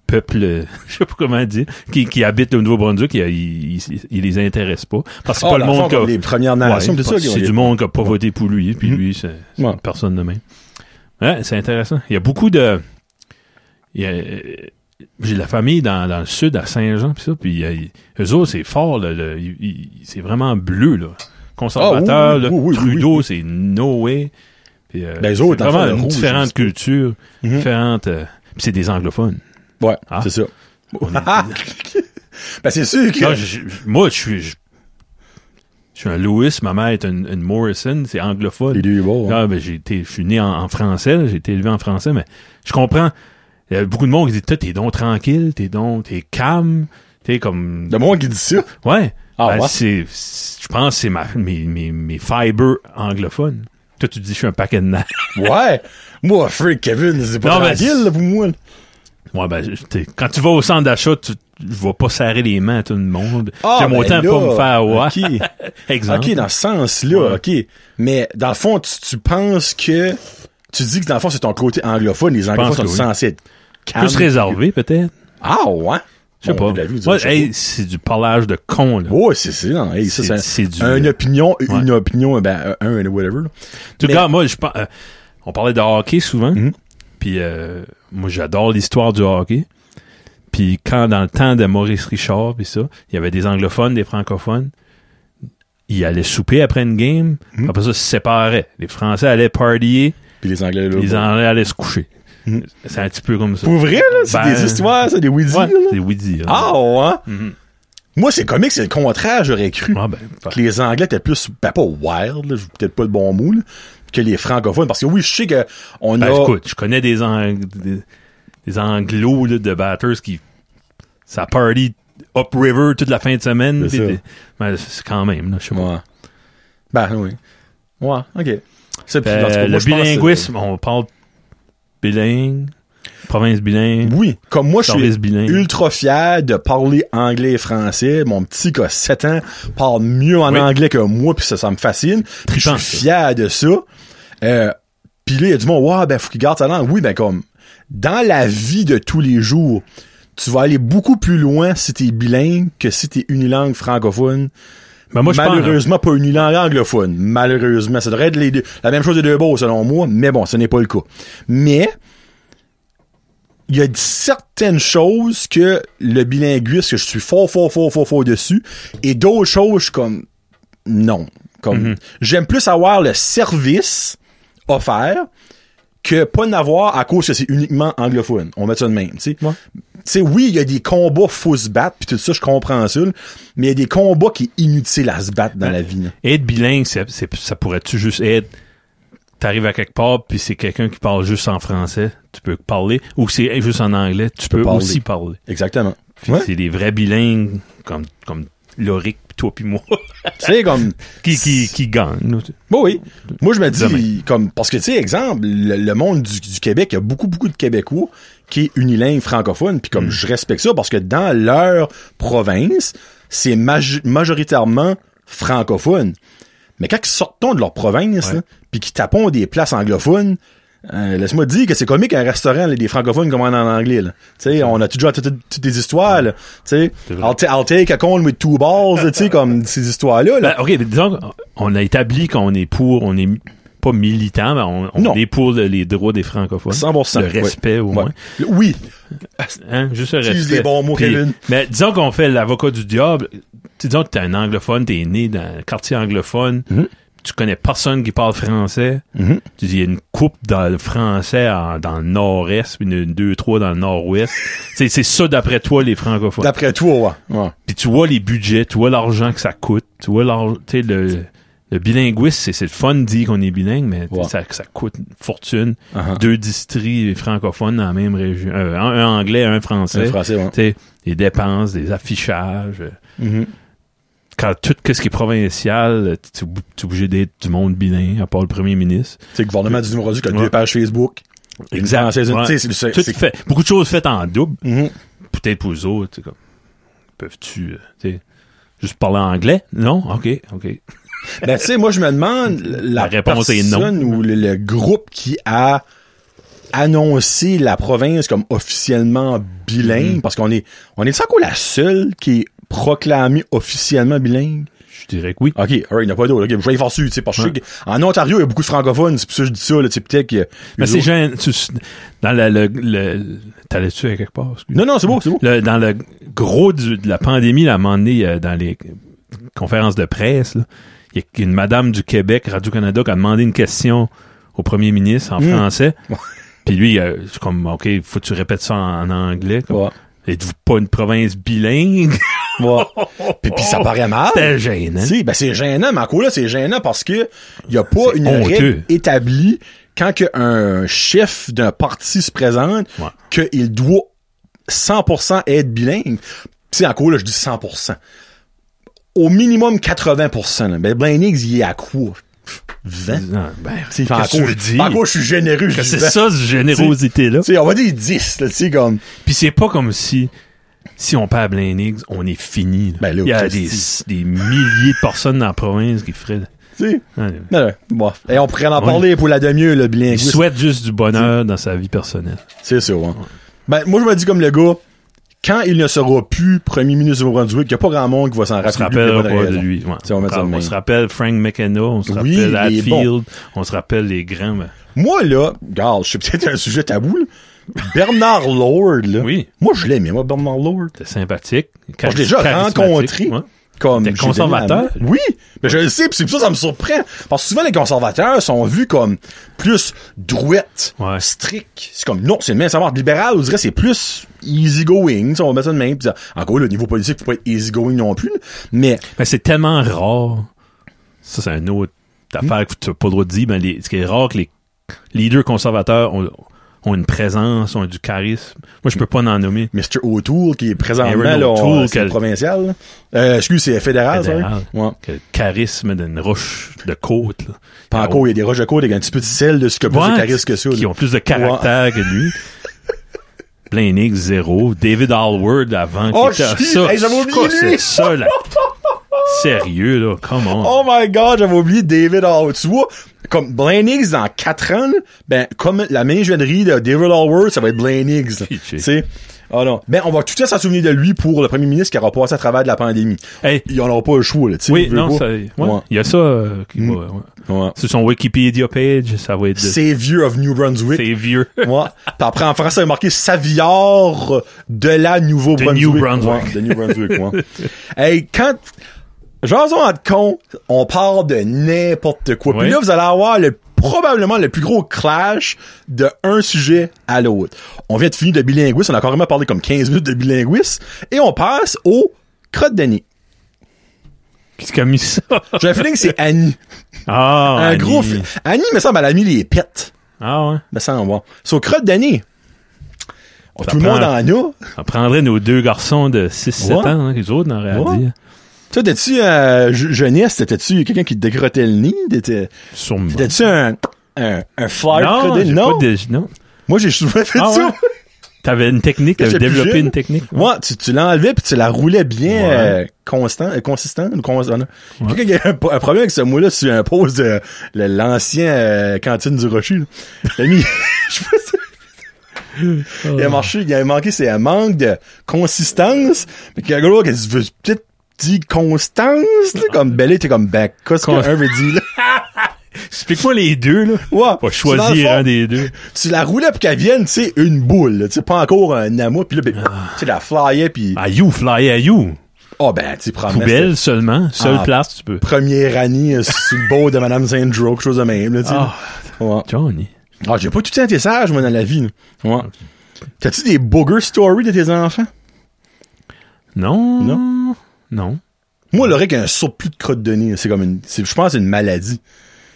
Speaker 2: peuples, euh, je sais pas comment dire, qui, qui habitent le Nouveau-Brunswick, ils, ils, ils- ils les intéressent pas. Parce que c'est
Speaker 1: Ah, dans
Speaker 2: pas le
Speaker 1: le fond,
Speaker 2: monde qui a...
Speaker 1: comme les Premières
Speaker 2: Ouais,
Speaker 1: Nations, tout ça,
Speaker 2: parce que
Speaker 1: qui ont
Speaker 2: c'est
Speaker 1: les-
Speaker 2: du monde qui a pas voté pour lui, puis
Speaker 1: Mhm.
Speaker 2: lui, c'est c'est
Speaker 1: Ouais.
Speaker 2: une personne de même. Ouais, c'est intéressant. Il y a beaucoup de... il y a- j'ai de la famille dans, dans le sud, à Saint-Jean, puis ça, puis euh, ils- eux autres, c'est fort, là, le- ils- ils- c'est vraiment bleu, là. Conservateur,
Speaker 1: Ah, oui, oui,
Speaker 2: là,
Speaker 1: oui, oui, oui,
Speaker 2: Trudeau, c'est no way. Puis, euh,
Speaker 1: Ben, eux
Speaker 2: c'est
Speaker 1: autres, dans le
Speaker 2: vraiment
Speaker 1: fond, le
Speaker 2: une
Speaker 1: rouge,
Speaker 2: différente
Speaker 1: c'est-
Speaker 2: culture,
Speaker 1: Mhm.
Speaker 2: différente... euh, puis c'est des anglophones.
Speaker 1: Ouais,
Speaker 2: Ah.
Speaker 1: c'est ça.
Speaker 2: On est-
Speaker 1: ben, c'est sûr que.
Speaker 2: Non, je- je- moi, je suis... Je je suis un Lewis, ma mère est une, une Morrison, c'est anglophone.
Speaker 1: les deux, bon.
Speaker 2: Ah, ben, j'ai été, je suis né en, en français, là, j'ai été élevé en français, mais je comprends. Il y a beaucoup de monde qui dit, Toi, t'es donc tranquille, t'es donc, t'es calme, t'es comme,
Speaker 1: De moi qui dit ça.
Speaker 2: ouais.
Speaker 1: Ah,
Speaker 2: Ben,
Speaker 1: ouais?
Speaker 2: c'est, c'est- je pense que c'est ma, mes, mes, mes fibres anglophones. Toi, tu dis, je suis un paquet de nerfs.
Speaker 1: Ouais. Moi, Freak Kevin, c'est pas
Speaker 2: Non, ben,
Speaker 1: tranquille, là, pour moi. là.
Speaker 2: Ouais, ben, je- t'es- quand tu vas au centre d'achat, tu, je vais pas serrer les mains à tout le monde.
Speaker 1: Ah,
Speaker 2: J'aime
Speaker 1: ben
Speaker 2: autant
Speaker 1: là,
Speaker 2: pas me faire, ouais.
Speaker 1: ok.
Speaker 2: Exemple.
Speaker 1: OK, dans ce sens-là, OK. Mais dans le fond, tu, tu penses que... Tu dis que dans le fond, c'est ton côté anglophone. Les
Speaker 2: pense
Speaker 1: anglophones
Speaker 2: que
Speaker 1: sont
Speaker 2: oui.
Speaker 1: censés être calmes.
Speaker 2: Plus réservé, peut-être.
Speaker 1: Ah, ouais?
Speaker 2: Je sais
Speaker 1: Bon,
Speaker 2: pas.
Speaker 1: de la vue,
Speaker 2: Ouais,
Speaker 1: je sais
Speaker 2: hey, c'est du parlage de con, là.
Speaker 1: pas. Ouais, c'est c'est non, hey, ça,
Speaker 2: C'est-
Speaker 1: c'est un-
Speaker 2: c'est du-
Speaker 1: une opinion, une
Speaker 2: Ouais.
Speaker 1: opinion, ben un, un whatever. là.
Speaker 2: tout
Speaker 1: Mais-
Speaker 2: cas, moi, je pense. euh, on parlait de hockey souvent.
Speaker 1: Mhm.
Speaker 2: Puis euh, moi, j'adore l'histoire du hockey. Puis quand dans le temps de Maurice Richard, puis ça, il y avait des anglophones, des francophones. Ils allaient souper après une game.
Speaker 1: Mhm.
Speaker 2: Après ça, ils se séparaient. Les Français allaient partier.
Speaker 1: Puis les Anglais, là.
Speaker 2: Les
Speaker 1: bon.
Speaker 2: Anglais allaient se coucher.
Speaker 1: Oh Mhm.
Speaker 2: C'est un petit peu comme ça.
Speaker 1: Pour vrai, là, c'est
Speaker 2: Ben-
Speaker 1: des histoires, c'est des weedies,
Speaker 2: Ouais,
Speaker 1: là.
Speaker 2: c'est hein. Woody. là.
Speaker 1: Ah, ouais?
Speaker 2: Mhm.
Speaker 1: Moi, c'est comique, c'est le contraire, j'aurais cru.
Speaker 2: Ah, ben,
Speaker 1: que les Anglais étaient plus, ben pas wild, là, peut-être pas le bon mot, là, que les francophones. Parce que oui, je sais que on
Speaker 2: Ben,
Speaker 1: a...
Speaker 2: écoute, je connais des, ang- des, des anglos là, de batters qui. Ça party upriver toute la fin de semaine.
Speaker 1: C'est
Speaker 2: pis
Speaker 1: ça.
Speaker 2: des- ben, c'est quand même, là, je sais pas.
Speaker 1: Ouais. Ben, oui. Ouais, OK. C'est
Speaker 2: Euh,
Speaker 1: dans ce cas, moi,
Speaker 2: le
Speaker 1: je pense que-
Speaker 2: bilinguisme, on parle bilingue, province bilingue,
Speaker 1: Oui, comme moi, je
Speaker 2: service
Speaker 1: suis
Speaker 2: bilingue.
Speaker 1: ultra fier de parler anglais et français. Mon petit qui a 7 ans parle mieux en
Speaker 2: Oui.
Speaker 1: anglais que moi, puis ça, ça me fascine. Puis je
Speaker 2: Trippant,
Speaker 1: suis
Speaker 2: ça.
Speaker 1: fier de ça. Euh, puis là, il y a du monde, ouais, ben, faut qu'il garde sa langue. Oui, ben, comme, dans la vie de tous les jours, tu vas aller beaucoup plus loin si t'es bilingue que si t'es unilangue francophone.
Speaker 2: Ben, moi, je pense-
Speaker 1: Malheureusement, pas unilangue anglophone. Malheureusement. Ça devrait être les deux- la même chose des deux beaux, selon moi, mais bon, ce n'est pas le cas. Mais, il y a certaines choses que le bilinguiste, que je suis fort, fort, fort, fort, fort dessus, et d'autres choses, je suis comme, non. Comme,
Speaker 2: Mm-hmm.
Speaker 1: j'aime plus avoir le service offert que pas n'avoir à cause que c'est uniquement anglophone. On met ça de même, tu sais.
Speaker 2: Ouais.
Speaker 1: Tu sais, oui, il y a des combats faut se battre, puis tout ça, je comprends ça, là, mais il y a des combats qui est inutile à se battre dans la vie. là.
Speaker 2: Être bilingue, c'est- c'est- ça pourrait-tu juste être. T'arrives à quelque part, puis c'est quelqu'un qui parle juste en français, tu peux parler. Ou c'est juste en anglais, tu, peux,
Speaker 1: parler.
Speaker 2: aussi parler.
Speaker 1: Exactement.
Speaker 2: Puis
Speaker 1: Ouais.
Speaker 2: c'est des vrais bilingues comme, comme Loric, pis toi puis moi,
Speaker 1: C'est comme,
Speaker 2: qui, qui, qui gagnent. là.
Speaker 1: Bah oui. Moi, je me dis,
Speaker 2: Demain.
Speaker 1: comme, parce que, tu sais, exemple, le, le monde du, du Québec, il y a beaucoup, beaucoup de Québécois qui est unilingue francophone, puis
Speaker 2: Mm.
Speaker 1: comme, je respecte ça, parce que dans leur province, c'est maj- majoritairement francophone. Mais quand ils sortons de leur province,
Speaker 2: Ouais.
Speaker 1: là, puis qu'ils tapons des places anglophones, euh, laisse-moi te dire que c'est comique un restaurant, là, des francophones commandent en anglais, là. Tu sais, on a toujours toutes toutes des histoires, là. Tu sais,
Speaker 2: C'est vrai.
Speaker 1: I'll, ta- I'll take a con with two balls, tu sais, comme ces histoires-là, là.
Speaker 2: Ben, OK, mais disons qu'on a établi qu'on est pour, on est mi- pas militant, mais on, on
Speaker 1: Non.
Speaker 2: est pour le- les droits des francophones.
Speaker 1: 100%,
Speaker 2: Ben, Le
Speaker 1: ouais.
Speaker 2: respect, au
Speaker 1: Ouais.
Speaker 2: moins.
Speaker 1: Oui.
Speaker 2: Hein, juste le
Speaker 1: Utilise
Speaker 2: respect.
Speaker 1: les bons mots,
Speaker 2: Puis-
Speaker 1: Kevin.
Speaker 2: Mais disons qu'on fait l'avocat du diable. Tu- Disons que t'es un anglophone, t'es né dans un quartier anglophone,
Speaker 1: Mhm.
Speaker 2: tu connais personne qui parle français.
Speaker 1: Mhm.
Speaker 2: Tu dis, il y a une coupe dans le français en- dans le nord-est, puis une, une deux, trois dans le nord-ouest. c'est c'est ça, d'après toi, les francophones.
Speaker 1: D'après toi, ouais. ouais.
Speaker 2: Puis tu vois les budgets, tu vois l'argent que ça coûte, tu vois l'ar- tu sais, le, le bilinguiste, c'est, c'est le fun de dire qu'on est bilingue, mais
Speaker 1: Ouais.
Speaker 2: ça, ça coûte une fortune.
Speaker 1: Uh-huh.
Speaker 2: Deux districts francophones dans la même région. Euh, un, un anglais, un français.
Speaker 1: Un français, ouais.
Speaker 2: Tu sais, les dépenses, des affichages. euh,
Speaker 1: Mhm.
Speaker 2: Quand tout que ce qui est provincial, euh, tu es obligé d'être du monde bilingue, à part le premier ministre.
Speaker 1: C'est le gouvernement du Nouveau-Brunswick qui a
Speaker 2: Ouais.
Speaker 1: deux pages Facebook. Une française, une-
Speaker 2: Ouais.
Speaker 1: tu sais, c'est-
Speaker 2: Tout
Speaker 1: c'est-
Speaker 2: fait. Beaucoup de choses faites en double.
Speaker 1: Mhm.
Speaker 2: peut-être pour eux autres, c'est comme, peuvent-tu, euh, tu sais, juste parler anglais? Non? OK, OK.
Speaker 1: Ben, tu sais, moi, je me demande la,
Speaker 2: La réponse est non.
Speaker 1: personne ou le, le groupe qui a annoncé la province comme officiellement Mhm. bilingue, parce qu'on est, on est sans quoi la seule qui est proclamée officiellement bilingue?
Speaker 2: Je dirais que oui.
Speaker 1: OK, alright, il n'y a pas d'autre. OK, je vais y faire dessus, tu sais, parce que je sais
Speaker 2: Ouais.
Speaker 1: que- en Ontario, il y a beaucoup de francophones, c'est pour ça que je dis ça, là, tu sais, peut-être que...
Speaker 2: Mais c'est
Speaker 1: Eux autres-
Speaker 2: gênant. Tu- Dans le. le, le- T'allais-tu à quelque part? excuse?
Speaker 1: Non, non, c'est beau, c'est beau.
Speaker 2: Le- dans le gros du- de la pandémie, là, à un moment donné, euh, dans les conférences de presse, là, il y a une madame du Québec, Radio-Canada, qui a demandé une question au premier ministre en
Speaker 1: Mm.
Speaker 2: français. Puis lui, euh, c'est comme, OK, faut que tu répètes ça en, en anglais. comme,
Speaker 1: Ouais.
Speaker 2: Êtes-vous pas une province bilingue?
Speaker 1: Ouais. Puis, puis ça paraît mal.
Speaker 2: C'était gênant.
Speaker 1: Si, ben c'est gênant, mais encore là, c'est gênant parce que y a pas
Speaker 2: C'est
Speaker 1: une
Speaker 2: honteux.
Speaker 1: règle établie quand que un chef d'un parti se présente
Speaker 2: Ouais.
Speaker 1: qu'il doit 100% être bilingue. Tu sais, encore là, je dis 100%. Au minimum 80%. là. Ben, Blainix, il est à quoi? 20?
Speaker 2: Non, ben,
Speaker 1: Tu sais,
Speaker 2: qu'est-ce que tu veux dire?
Speaker 1: encore, je suis généreux, je
Speaker 2: Que
Speaker 1: dis
Speaker 2: c'est
Speaker 1: 20.
Speaker 2: ça, cette générosité-là.
Speaker 1: Tu sais, on va dire 10, là, tu sais, comme...
Speaker 2: Puis c'est pas comme si, si on perd Blainix, on est fini. là.
Speaker 1: Ben là,
Speaker 2: Il y a des,
Speaker 1: Christy.
Speaker 2: des milliers de personnes dans la province qui feraient... hein,
Speaker 1: Tu sais,
Speaker 2: Non,
Speaker 1: non, non, bon. Et on pourrait en
Speaker 2: Ouais.
Speaker 1: parler pour la demi-heure, le bilingue.
Speaker 2: Il souhaite juste du bonheur dans sa vie personnelle.
Speaker 1: C'est sûr, hein. Ben, moi, je me dis comme le gars, quand il ne sera plus premier ministre du Nouveau-Brunswick, il n'y a pas grand monde qui va s'en
Speaker 2: On se
Speaker 1: rappeler. pour les
Speaker 2: rappellera
Speaker 1: bonnes
Speaker 2: pas de
Speaker 1: raisons.
Speaker 2: lui. ouais.
Speaker 1: Tu sais, on va mettre ça de
Speaker 2: on
Speaker 1: même.
Speaker 2: se rappelle Frank McKenna, on se
Speaker 1: Oui,
Speaker 2: rappelle
Speaker 1: il est
Speaker 2: Hatfield,
Speaker 1: bon.
Speaker 2: on se rappelle les grands. ben, mais-
Speaker 1: Moi, là, regarde, je suis peut-être un sujet tabou, là. Bernard Lord, là.
Speaker 2: Oui.
Speaker 1: Moi, je l'aimais, moi, Bernard Lord.
Speaker 2: C'était sympathique.
Speaker 1: Moi, je l'ai déjà
Speaker 2: charismatique,
Speaker 1: rencontré.
Speaker 2: ouais.
Speaker 1: Comme
Speaker 2: T'es
Speaker 1: j'ai donné
Speaker 2: conservateur?
Speaker 1: la main. Oui, mais je le sais, puis c'est pour ça que ça me surprend. Parce que souvent, les conservateurs sont vus comme plus douettes,
Speaker 2: Ouais.
Speaker 1: stricts. C'est comme, non, c'est le même savoir. Libéral, on dirait, c'est plus easygoing. Tu sais, On va mettre ça de même. Puis ça- Encore, le niveau politique, faut pas être easygoing non plus. là. Mais
Speaker 2: Mais Ben, c'est tellement rare. Ça, c'est une autre
Speaker 1: Hmm?
Speaker 2: affaire que tu n'as pas le droit de dire. Mais les- ce qui est rare, que les leaders conservateurs ont, ont une présence, ont du charisme. Moi, je peux pas en nommer.
Speaker 1: Mr. O'Toole, qui est présentement
Speaker 2: Aaron
Speaker 1: là,
Speaker 2: O'Toole,
Speaker 1: en- c'est
Speaker 2: quel-
Speaker 1: provincial. là. Euh, excuse, c'est fédéral, ça.
Speaker 2: Fédéral.
Speaker 1: Ouais.
Speaker 2: Que le charisme d'une roche de côte. là.
Speaker 1: Pas encore, il y a des roches de côte avec un petit peu de sel de ce que plus
Speaker 2: Ouais,
Speaker 1: de charisme que ça. là.
Speaker 2: Qui ont plus de caractère que lui. Blainix, zéro. David Hallward, avant.
Speaker 1: Oh,
Speaker 2: qui était-
Speaker 1: shit!
Speaker 2: ça,
Speaker 1: Hey, j'avais
Speaker 2: c'est
Speaker 1: oublié
Speaker 2: quoi,
Speaker 1: lui!
Speaker 2: C'est ça, là. Sérieux, là. Come on.
Speaker 1: Oh my god, j'avais oublié David Hallward. Tu vois, comme Blaine Higgs dans 4 ans, là, ben, comme la mini-joinerie de David Hallward, ça va être Blaine Higgs. là.
Speaker 2: Pitché.
Speaker 1: Tu sais. Oh non. Ben, on va tout à fait s'en souvenir de lui pour le premier ministre qui aura passé à travers de la pandémie.
Speaker 2: Hey.
Speaker 1: Ils en auront pas le choix, là, tu sais.
Speaker 2: Oui,
Speaker 1: veux
Speaker 2: non,
Speaker 1: pas.
Speaker 2: ça, ouais, il
Speaker 1: Ouais.
Speaker 2: y a ça euh, qui
Speaker 1: Mm.
Speaker 2: va, ouais.
Speaker 1: Ouais.
Speaker 2: Sur son Wikipédia page, ça va être de-
Speaker 1: Savior of New Brunswick.
Speaker 2: c'est vieux.
Speaker 1: Ouais. Puis après, en français, il a marqué Savillard de la Nouveau-Brunswick.
Speaker 2: De New Brunswick.
Speaker 1: Ouais, de New Brunswick, ouais. Hey, quand... Jason con, on parle de n'importe quoi. Puis
Speaker 2: Oui.
Speaker 1: là, vous allez avoir le, probablement le plus gros clash de un sujet à l'autre. On vient de finir de bilinguiste, on a carrément parlé comme 15 minutes de bilinguiste, et on passe au crotte d'Annie.
Speaker 2: Qu'est-ce qu'il a mis ça?
Speaker 1: J'ai le feeling que c'est Annie.
Speaker 2: Ah,
Speaker 1: Un
Speaker 2: Annie.
Speaker 1: gros... fi- Annie, me semble, elle a mis les pets.
Speaker 2: Ah ouais.
Speaker 1: Me semble, ouais. Sur crotte d'Annie. Tout le
Speaker 2: prend-
Speaker 1: monde en a.
Speaker 2: On prendrait nos deux garçons de 6-7
Speaker 1: Ouais.
Speaker 2: ans, hein, que les autres n'auraient rien à
Speaker 1: Ouais.
Speaker 2: dire.
Speaker 1: Toi, t'es-tu euh, je- jeunesse, t'étais-tu quelqu'un qui te décrottait le nid? T'étais-
Speaker 2: Sûrement.
Speaker 1: T'étais-tu un, un, un flyer
Speaker 2: Non,
Speaker 1: crocodile?
Speaker 2: j'ai
Speaker 1: Non.
Speaker 2: pas de- non.
Speaker 1: Moi, j'ai souvent fait
Speaker 2: Ah
Speaker 1: ça.
Speaker 2: ouais? T'avais une technique,
Speaker 1: Quand
Speaker 2: t'avais
Speaker 1: j'étais plus
Speaker 2: développé
Speaker 1: jeune.
Speaker 2: une technique.
Speaker 1: Ouais, tu, tu l'enlevais puis tu la roulais bien
Speaker 2: Ouais.
Speaker 1: euh, constant, euh, consistant. ou cons- euh, non. Quelqu'un qui a un, po- un problème avec ce mot-là, c'est un pose de le- l'ancien euh, cantine du Rocher. là. T'as mis- je sais pas si-
Speaker 2: Oh.
Speaker 1: Il a marché, il a manqué, c'est un manque de consistance. Mais qu'il y a un gars qui a dit, veux- peut-être dit constance, là, comme Belé, t'es comme, ben, qu'est-ce
Speaker 2: Con-
Speaker 1: qu'un veut dire, là?
Speaker 2: Explique-moi les deux, là.
Speaker 1: Ouais.
Speaker 2: Pas
Speaker 1: Dans le
Speaker 2: choisir
Speaker 1: fond,
Speaker 2: un des deux.
Speaker 1: Tu la roulais pour qu'elle vienne, tu sais, une boule, là, tu sais, pas encore un amas, puis là, ben,
Speaker 2: Ah.
Speaker 1: tu sais, la flyais, puis ah,
Speaker 2: À you, fly à you.
Speaker 1: ben, tu sais, probablement,
Speaker 2: Poubelle seulement. Seule
Speaker 1: Ah.
Speaker 2: place, tu peux.
Speaker 1: c'était Première année euh, sur le beau de Madame Sandro, quelque chose de même, là, tu sais.
Speaker 2: Ah,
Speaker 1: Ouais.
Speaker 2: Johnny.
Speaker 1: Ah, j'ai pas tout le temps été sage, moi, dans la vie, là. Ouais. T'as-tu des booger stories de tes enfants?
Speaker 2: Non.
Speaker 1: Non.
Speaker 2: Non.
Speaker 1: Moi, l'oreille qui a un surplus de crotte de nez, c'est comme une, c'est- je pense, que c'est une maladie.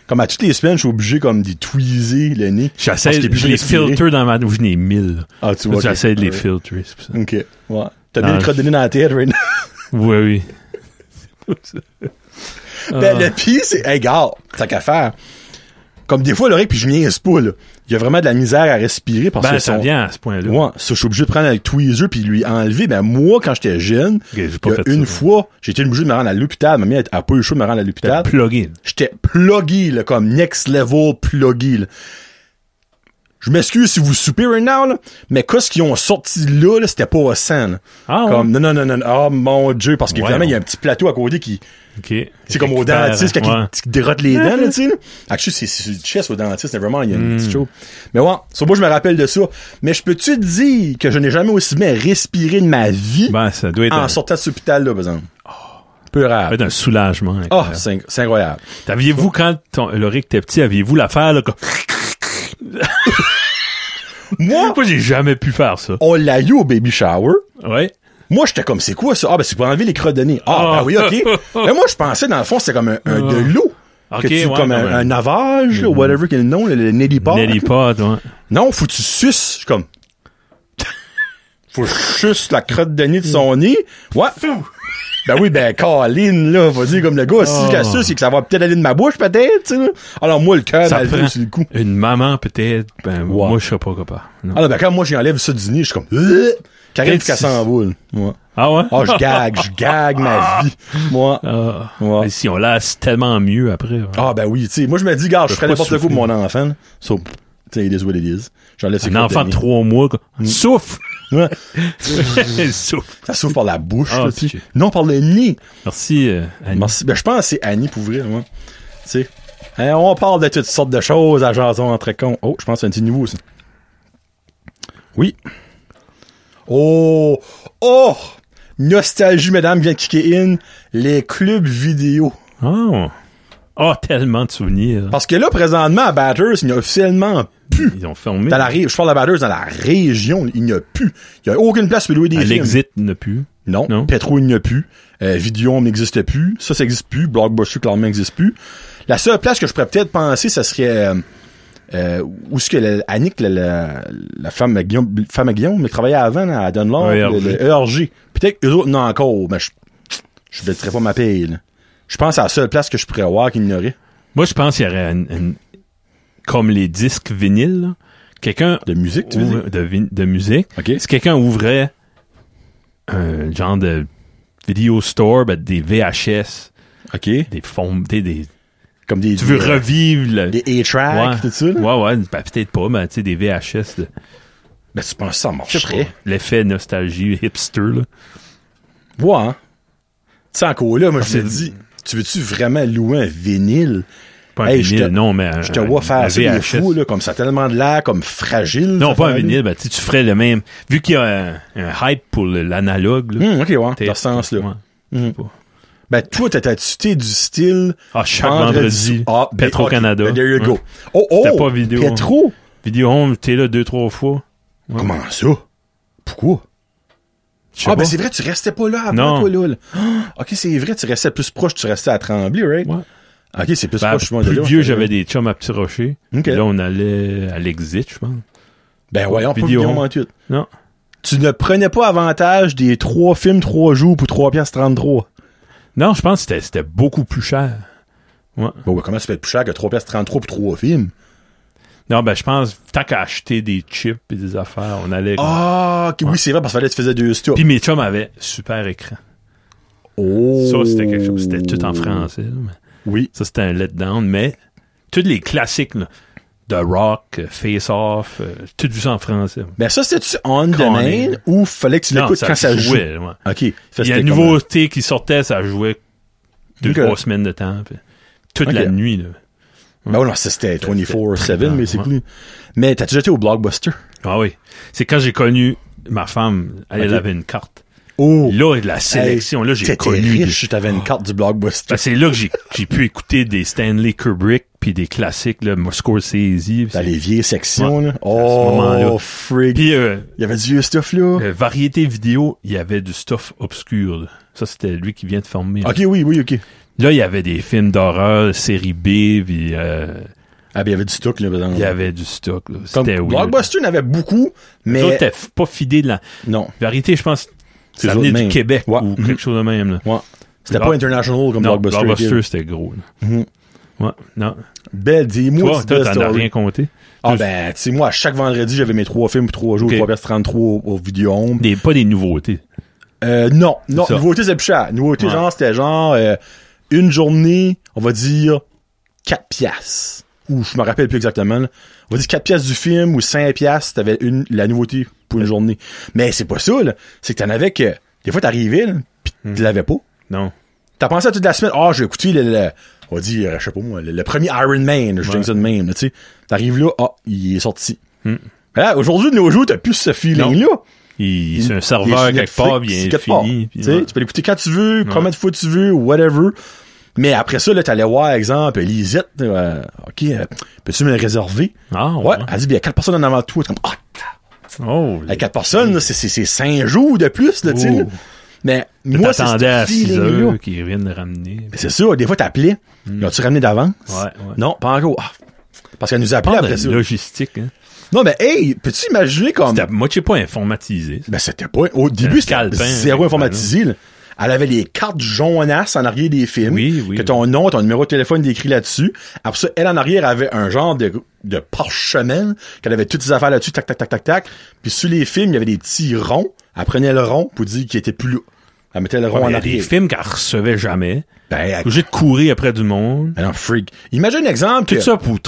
Speaker 1: Comme à toutes les semaines, je suis obligé, comme, d'y tweezer le nez. Parce
Speaker 2: J'essaie,
Speaker 1: qu'il est plus
Speaker 2: je les
Speaker 1: respiré.
Speaker 2: filtre dans ma, je n'ai mille.
Speaker 1: Ah, tu vois. ok.
Speaker 2: J'essaie de les
Speaker 1: Ouais.
Speaker 2: filtrer, Ah, c'est pour ça.
Speaker 1: Ok. Ouais. T'as
Speaker 2: Non,
Speaker 1: bien des crottes de nez dans la tête, right now.
Speaker 2: Oui, oui. Ah.
Speaker 1: Ben, le pire, c'est, hey, gars, t'as qu'à faire. Comme des fois, l'oreille, puis je niaise pas, là. Il y a vraiment de la misère à respirer parce
Speaker 2: Ben,
Speaker 1: que
Speaker 2: ça
Speaker 1: son-
Speaker 2: vient à ce point-là.
Speaker 1: Ouais, ça, je suis obligé de prendre avec tweezer puis lui enlever. Ben, moi, quand j'étais jeune,
Speaker 2: j'ai
Speaker 1: il y
Speaker 2: pas
Speaker 1: a
Speaker 2: fait
Speaker 1: une
Speaker 2: ça.
Speaker 1: fois, j'étais obligé de me rendre à l'hôpital. Ma mère elle a pas eu le choix de me rendre à l'hôpital.
Speaker 2: Plugin.
Speaker 1: J'étais plugué, là, comme next level plugué, là. je m'excuse si vous soupez right now, là, mais qu'est-ce qu'ils ont sorti là, là c'était pas au scène.
Speaker 2: Ah, ouais.
Speaker 1: Comme, non, non, non, non, oh mon dieu, parce qu'évidemment,
Speaker 2: Ouais,
Speaker 1: il y a un petit plateau à côté qui,
Speaker 2: OK.
Speaker 1: c'est comme au
Speaker 2: Récupère,
Speaker 1: dentiste, quand
Speaker 2: ouais.
Speaker 1: il- il, dérote les dents, là, tu sais, là. Actually, c'est, c'est une chaise au dentiste, c'est vraiment, il y a
Speaker 2: Hmm.
Speaker 1: une petite chose. Mais ouais, sur moi, je me rappelle de ça. Mais je peux-tu te dire que je n'ai jamais aussi bien respiré de ma vie
Speaker 2: Ben, Oh, ça doit être,
Speaker 1: en
Speaker 2: un, ça
Speaker 1: sortant de cet hôpital-là, par exemple? Peu
Speaker 2: doit
Speaker 1: rare.
Speaker 2: être un soulagement.
Speaker 1: Ah,
Speaker 2: incroyable.
Speaker 1: c'est, c'est incroyable.
Speaker 2: Aviez-vous, quand ton, Laurie était petit, aviez-vous l'affaire, là, comme...
Speaker 1: Moi,
Speaker 2: Moi, j'ai jamais pu faire ça.
Speaker 1: on l'a eu au baby shower.
Speaker 2: Ouais.
Speaker 1: Moi, j'étais comme, c'est quoi ça? Ah, ben, c'est pour enlever les crottes de nez. Ah,
Speaker 2: Ah.
Speaker 1: ben oui, OK. Mais moi, je pensais, dans le fond, c'était comme un, un de l'eau.
Speaker 2: Ok,
Speaker 1: que tu,
Speaker 2: ouais,
Speaker 1: comme
Speaker 2: non,
Speaker 1: un,
Speaker 2: mais- Mm-hmm.
Speaker 1: un navage, là, whatever qu'il y a le nom, le, le neti pot.
Speaker 2: Nelly Pod, ouais.
Speaker 1: Non, faut que tu suces. Je suis comme, faut que je suce la crotte de nez de son nez. Ouais. Ben oui, ben, Colin, là, va dire comme le gars, si je
Speaker 2: Oh.
Speaker 1: la suce, c'est que ça va peut-être aller de ma bouche, peut-être, tu sais, là. Alors, moi, le cœur,
Speaker 2: Ça
Speaker 1: elle
Speaker 2: prend
Speaker 1: vient sur le coup.
Speaker 2: Une maman, peut-être. Ben,
Speaker 1: Ouais.
Speaker 2: moi, je serais pas capable. Non.
Speaker 1: Alors, ben, quand moi, j'enlève ça du nez, je suis comme, euh, Karine,
Speaker 2: Quel
Speaker 1: puis qu'elle
Speaker 2: suce.
Speaker 1: s'envole. Ouais.
Speaker 2: Ah ouais?
Speaker 1: Oh, je gague, je gague ma vie. Moi.
Speaker 2: Ah.
Speaker 1: Ouais.
Speaker 2: Mais si on l'a, c'est tellement mieux après. ouais.
Speaker 1: Ah ben oui, tu sais, moi je me dis, gars, je ferais
Speaker 2: pas
Speaker 1: n'importe quoi pour
Speaker 2: souffler.
Speaker 1: mon enfant. là. So, tu sais, it is what it is. J'enlève ses
Speaker 2: Un enfant de
Speaker 1: crottes
Speaker 2: trois mois, quoi.
Speaker 1: Mm.
Speaker 2: souffle!
Speaker 1: nez. Ouais.
Speaker 2: souffle!
Speaker 1: Ça souffle par la bouche,
Speaker 2: Ah,
Speaker 1: là, tu sais.
Speaker 2: pitié.
Speaker 1: Non, par le nez.
Speaker 2: Merci, euh, Annie.
Speaker 1: Merci. Ben, je pense que c'est Annie pour vrai, moi. Tu sais. Hein, on parle de toutes sortes de choses à jason entre cons. Oh, je pense que c'est un petit nouveau, ça. Oui. Oh! Oh! Nostalgie, mesdames, vient de kicker in. Les clubs vidéo.
Speaker 2: Oh! Oh, tellement de souvenirs.
Speaker 1: Parce que là, présentement, à Batters, il y a officiellement
Speaker 2: Ils ont fermé.
Speaker 1: Dans la ré- je parle de la batteuse dans la région, il n'y a plus. Il n'y a aucune place pour louer des
Speaker 2: À
Speaker 1: films.
Speaker 2: L'exit n'a plus.
Speaker 1: Non,
Speaker 2: Non.
Speaker 1: Petro, il n'y a plus. Euh, Vidéo n'existe plus. Ça, ça n'existe plus. Blockbuster, clairement, n'existe plus. La seule place que je pourrais peut-être penser, ça serait... euh, euh, où est-ce que la- Annick, la, la- la femme à Guillaume, femme à Guillaume, elle travaillait avant là, à Dunlop,
Speaker 2: Ouais,
Speaker 1: le, le ERG. Peut-être qu'eux autres, non encore, mais je je ne pas ma paye. là. Je pense à la seule place que je pourrais avoir qu'il n'y aurait.
Speaker 2: Moi, je pense qu'il y aurait une, une- comme les disques vinyles, là. quelqu'un
Speaker 1: De musique, tu veux dire?
Speaker 2: ouvre- de, vin- de musique.
Speaker 1: OK.
Speaker 2: Si quelqu'un ouvrait un genre de vidéo store, ben, des VHS,
Speaker 1: OK.
Speaker 2: des fonds, des, des-
Speaker 1: Comme des...
Speaker 2: tu veux
Speaker 1: des-
Speaker 2: revivre le-
Speaker 1: Des A-tracks,
Speaker 2: ouais.
Speaker 1: tout ça, là.
Speaker 2: ouais, ouais, ben, peut-être pas, mais tu sais, des VHS, de-
Speaker 1: Ben, tu penses que ça
Speaker 2: je sais
Speaker 1: marcherait?
Speaker 2: pas, l'effet nostalgie hipster, là.
Speaker 1: Ouais. hein. Tu sais, encore là, moi, je me
Speaker 2: c'est-
Speaker 1: dis, tu veux-tu vraiment louer un vinyle?
Speaker 2: Pas un
Speaker 1: Hey, je
Speaker 2: vinyle,
Speaker 1: te-
Speaker 2: non, mais un,
Speaker 1: Je te vois
Speaker 2: un-
Speaker 1: faire
Speaker 2: Euh, un
Speaker 1: ça, des
Speaker 2: VHS.
Speaker 1: fous, là, comme ça, a tellement de l'air, comme fragile.
Speaker 2: Non,
Speaker 1: ça
Speaker 2: pas un
Speaker 1: fait-
Speaker 2: vinyle, ben, tu sais, tu ferais le même. Vu qu'il y a un, un hype pour le- l'analogue, là.
Speaker 1: Hum, ok, ouais,
Speaker 2: t'es-
Speaker 1: dans ce sens-là.
Speaker 2: ouais.
Speaker 1: Ben, toi, t'étais-tu t'es du style...
Speaker 2: Ah, chaque vendredi,
Speaker 1: Ah, ben,
Speaker 2: Petro-Canada.
Speaker 1: ok, ben, there you go.
Speaker 2: Ouais.
Speaker 1: Oh, oh!
Speaker 2: C'était pas vidéo.
Speaker 1: Petro?
Speaker 2: Vidéo Home, t'es là deux, trois fois.
Speaker 1: Comment ça? Pourquoi?
Speaker 2: Je sais
Speaker 1: Ah, ben,
Speaker 2: pas.
Speaker 1: c'est vrai, tu restais pas là avant,
Speaker 2: Non.
Speaker 1: toi, là. là. Ah, ok, c'est vrai, tu restais plus proche, tu restais à Tremblay, right?
Speaker 2: Ouais.
Speaker 1: Ok, c'est plus
Speaker 2: Ben,
Speaker 1: proche, moi, de
Speaker 2: plus
Speaker 1: là.
Speaker 2: vieux, j'avais des chums à Petit Rocher.
Speaker 1: Ok.
Speaker 2: Là, on allait à l'exit, je pense.
Speaker 1: Ben, voyons, pas
Speaker 2: Vidéo.
Speaker 1: vidéo, en tout.
Speaker 2: Non.
Speaker 1: tu ne prenais pas avantage des trois films, trois jours pour 3 piastres 33.
Speaker 2: Non, je pense que c'était- c'était beaucoup plus cher.
Speaker 1: Bon, ouais, comment ça peut être plus cher que 3 piastres 33 pour trois films?
Speaker 2: Non, ben, je pense, tant qu'à acheter des chips et des affaires, on allait.
Speaker 1: Ah, ok, oui, c'est vrai, parce que là, tu faisais deux stops.
Speaker 2: Puis mes chums avaient super écran.
Speaker 1: Oh.
Speaker 2: Ça, c'était quelque chose. C'était tout en français. là, mais
Speaker 1: Oui.
Speaker 2: Ça, c'était un letdown. Mais tous les classiques, là, The Rock, euh, Face Off, euh, tout vu ça en français.
Speaker 1: Ben, ça, c'était-tu on
Speaker 2: Quand
Speaker 1: demand
Speaker 2: on
Speaker 1: ou fallait que tu
Speaker 2: Non,
Speaker 1: l'écoutes quand ça joue?
Speaker 2: jouait. ouais.
Speaker 1: Ok. Fait que
Speaker 2: Il y a
Speaker 1: c'était
Speaker 2: une
Speaker 1: comme
Speaker 2: nouveauté qui sortait, ça jouait deux,
Speaker 1: Ok.
Speaker 2: trois semaines de temps. puis toute
Speaker 1: Ok.
Speaker 2: la nuit, là.
Speaker 1: un- Ben, ouais, non, ça, c'était 24-7,
Speaker 2: trippant,
Speaker 1: mais c'est cool. Mais t'as-tu déjà été au Blockbuster?
Speaker 2: Ah oui. C'est quand j'ai connu ma femme, elle, elle
Speaker 1: Ok.
Speaker 2: avait une carte.
Speaker 1: Oh.
Speaker 2: Là, de la sélection, là, j'ai
Speaker 1: T'étais
Speaker 2: connu. des-
Speaker 1: riche, t'avais une carte du Blockbuster.
Speaker 2: Ben, c'est là que j'ai, j'ai pu écouter des Stanley Kubrick puis des classiques, là, Scorsese. puis
Speaker 1: T'as
Speaker 2: c'est-
Speaker 1: les vieilles sections,
Speaker 2: Ouais.
Speaker 1: là.
Speaker 2: moment-là.
Speaker 1: Oh, frig.
Speaker 2: Puis, euh,
Speaker 1: Il y avait du vieux stuff, là.
Speaker 2: euh, variété vidéo, il y avait du stuff obscur. là. Ça, c'était lui qui vient de former.
Speaker 1: Ok, oui, oui, ok.
Speaker 2: Là, il y avait des films d'horreur, série B, puis euh,
Speaker 1: Ah, ben, il y avait du stock, là, par exemple.
Speaker 2: il y avait du stock. Là.
Speaker 1: Comme
Speaker 2: C'était weird.
Speaker 1: Blockbuster en avait beaucoup,
Speaker 2: Les autres
Speaker 1: mais
Speaker 2: étaient f- pas fidèles. là.
Speaker 1: non,
Speaker 2: Variété, je pense,
Speaker 1: C'est
Speaker 2: ça
Speaker 1: les
Speaker 2: venait
Speaker 1: autres
Speaker 2: du
Speaker 1: mêmes.
Speaker 2: Québec
Speaker 1: Ouais.
Speaker 2: ou
Speaker 1: Mhm.
Speaker 2: quelque chose de même. Là.
Speaker 1: ouais. c'était
Speaker 2: Block-
Speaker 1: pas international comme
Speaker 2: non,
Speaker 1: Blockbuster.
Speaker 2: Blockbuster, c'était gros. là.
Speaker 1: Mhm.
Speaker 2: Ouais, non.
Speaker 1: Belle, dis
Speaker 2: Toi,
Speaker 1: moi
Speaker 2: toi, t'en as rien compté.
Speaker 1: Ah ben, tu sais, moi, à chaque vendredi, j'avais mes trois films, pour trois jours,
Speaker 2: Ok.
Speaker 1: 3 pièces 33 au, au vidéo home.
Speaker 2: Des, pas des nouveautés.
Speaker 1: Euh, non, non,
Speaker 2: ça.
Speaker 1: nouveauté, c'est plus cher. Nouveauté,
Speaker 2: Ouais.
Speaker 1: genre, c'était genre, euh, une journée, on va dire, 4 piastres. ou je me rappelle plus exactement, là. on va dire 4 piastres du film ou 5 piastres, t'avais une, la nouveauté pour une journée. Mais c'est pas ça, là. C'est que t'en avais que, des fois t'arrivais, là, pis
Speaker 2: Hmm.
Speaker 1: tu l'avais pas.
Speaker 2: Non.
Speaker 1: T'as pensé à toute la semaine, ah, j'ai écouté le, le- on va dire, euh, je sais pas moi, le, le premier Iron Man, là, je
Speaker 2: Ouais.
Speaker 1: dis ça de même, là, tu sais. T'arrives là, ah, il est sorti.
Speaker 2: Hmm.
Speaker 1: Mais là, aujourd'hui, de nos jours, t'as plus ce feeling-là.
Speaker 2: Il, c'est un
Speaker 1: Il est sur
Speaker 2: serveur quelque
Speaker 1: Netflix,
Speaker 2: part,
Speaker 1: c'est
Speaker 2: bien
Speaker 1: quelque part.
Speaker 2: fini. puis-
Speaker 1: Tu sais,
Speaker 2: ouais.
Speaker 1: Tu peux l'écouter quand tu veux, combien de fois tu veux, whatever. Mais après ça, là, t'allais voir, exemple, Lisette, euh, OK, euh, peux-tu me le réserver?
Speaker 2: Ah,
Speaker 1: Ouais.
Speaker 2: ouais.
Speaker 1: Elle dit, il y a quatre personnes en avant de toi. T'es comme, ah,
Speaker 2: Oh,
Speaker 1: à quatre personnes, là, c'est- c'est c'est cinq jours de plus, là, tu sais. là.
Speaker 2: Ouh.
Speaker 1: Mais moi, c'est
Speaker 2: Oh. t'attendais
Speaker 1: ce
Speaker 2: à 6
Speaker 1: feeling-là.
Speaker 2: heures qu'ils viennent le ramener.
Speaker 1: Mais C'est sûr, des fois, t'appelais. ils As-tu ramené d'avance?
Speaker 2: Ouais, Ah, ben, ouais.
Speaker 1: Non, pas encore. Ah. Parce qu'elle nous appelait
Speaker 2: Parle
Speaker 1: après
Speaker 2: de
Speaker 1: ça.
Speaker 2: logistique. Hein.
Speaker 1: Non, mais hey, peux-tu imaginer comme...
Speaker 2: C'était moitié pas informatisé. ça.
Speaker 1: Ben, c'était pas. Au début, c'était
Speaker 2: calepin,
Speaker 1: zéro
Speaker 2: hein,
Speaker 1: informatisé. là. Elle avait les cartes jaunasses en arrière des films.
Speaker 2: Oui, oui.
Speaker 1: Que ton nom, ton numéro de téléphone décrit là-dessus. Après ça, elle en arrière avait un genre de, de parchemin qu'elle avait toutes ses affaires là-dessus, tac, tac, tac, tac, tac. Puis sur les films, il y avait des petits ronds. Elle prenait le rond pour dire qu'il était plus là. Elle mettait le rond
Speaker 2: Il
Speaker 1: en
Speaker 2: y a des
Speaker 1: arrière.
Speaker 2: films qu'elle recevait jamais.
Speaker 1: Ben, elle-
Speaker 2: Obligé de courir après du monde.
Speaker 1: ben non, freak. Imagine un exemple
Speaker 2: Tout
Speaker 1: que-
Speaker 2: ça pour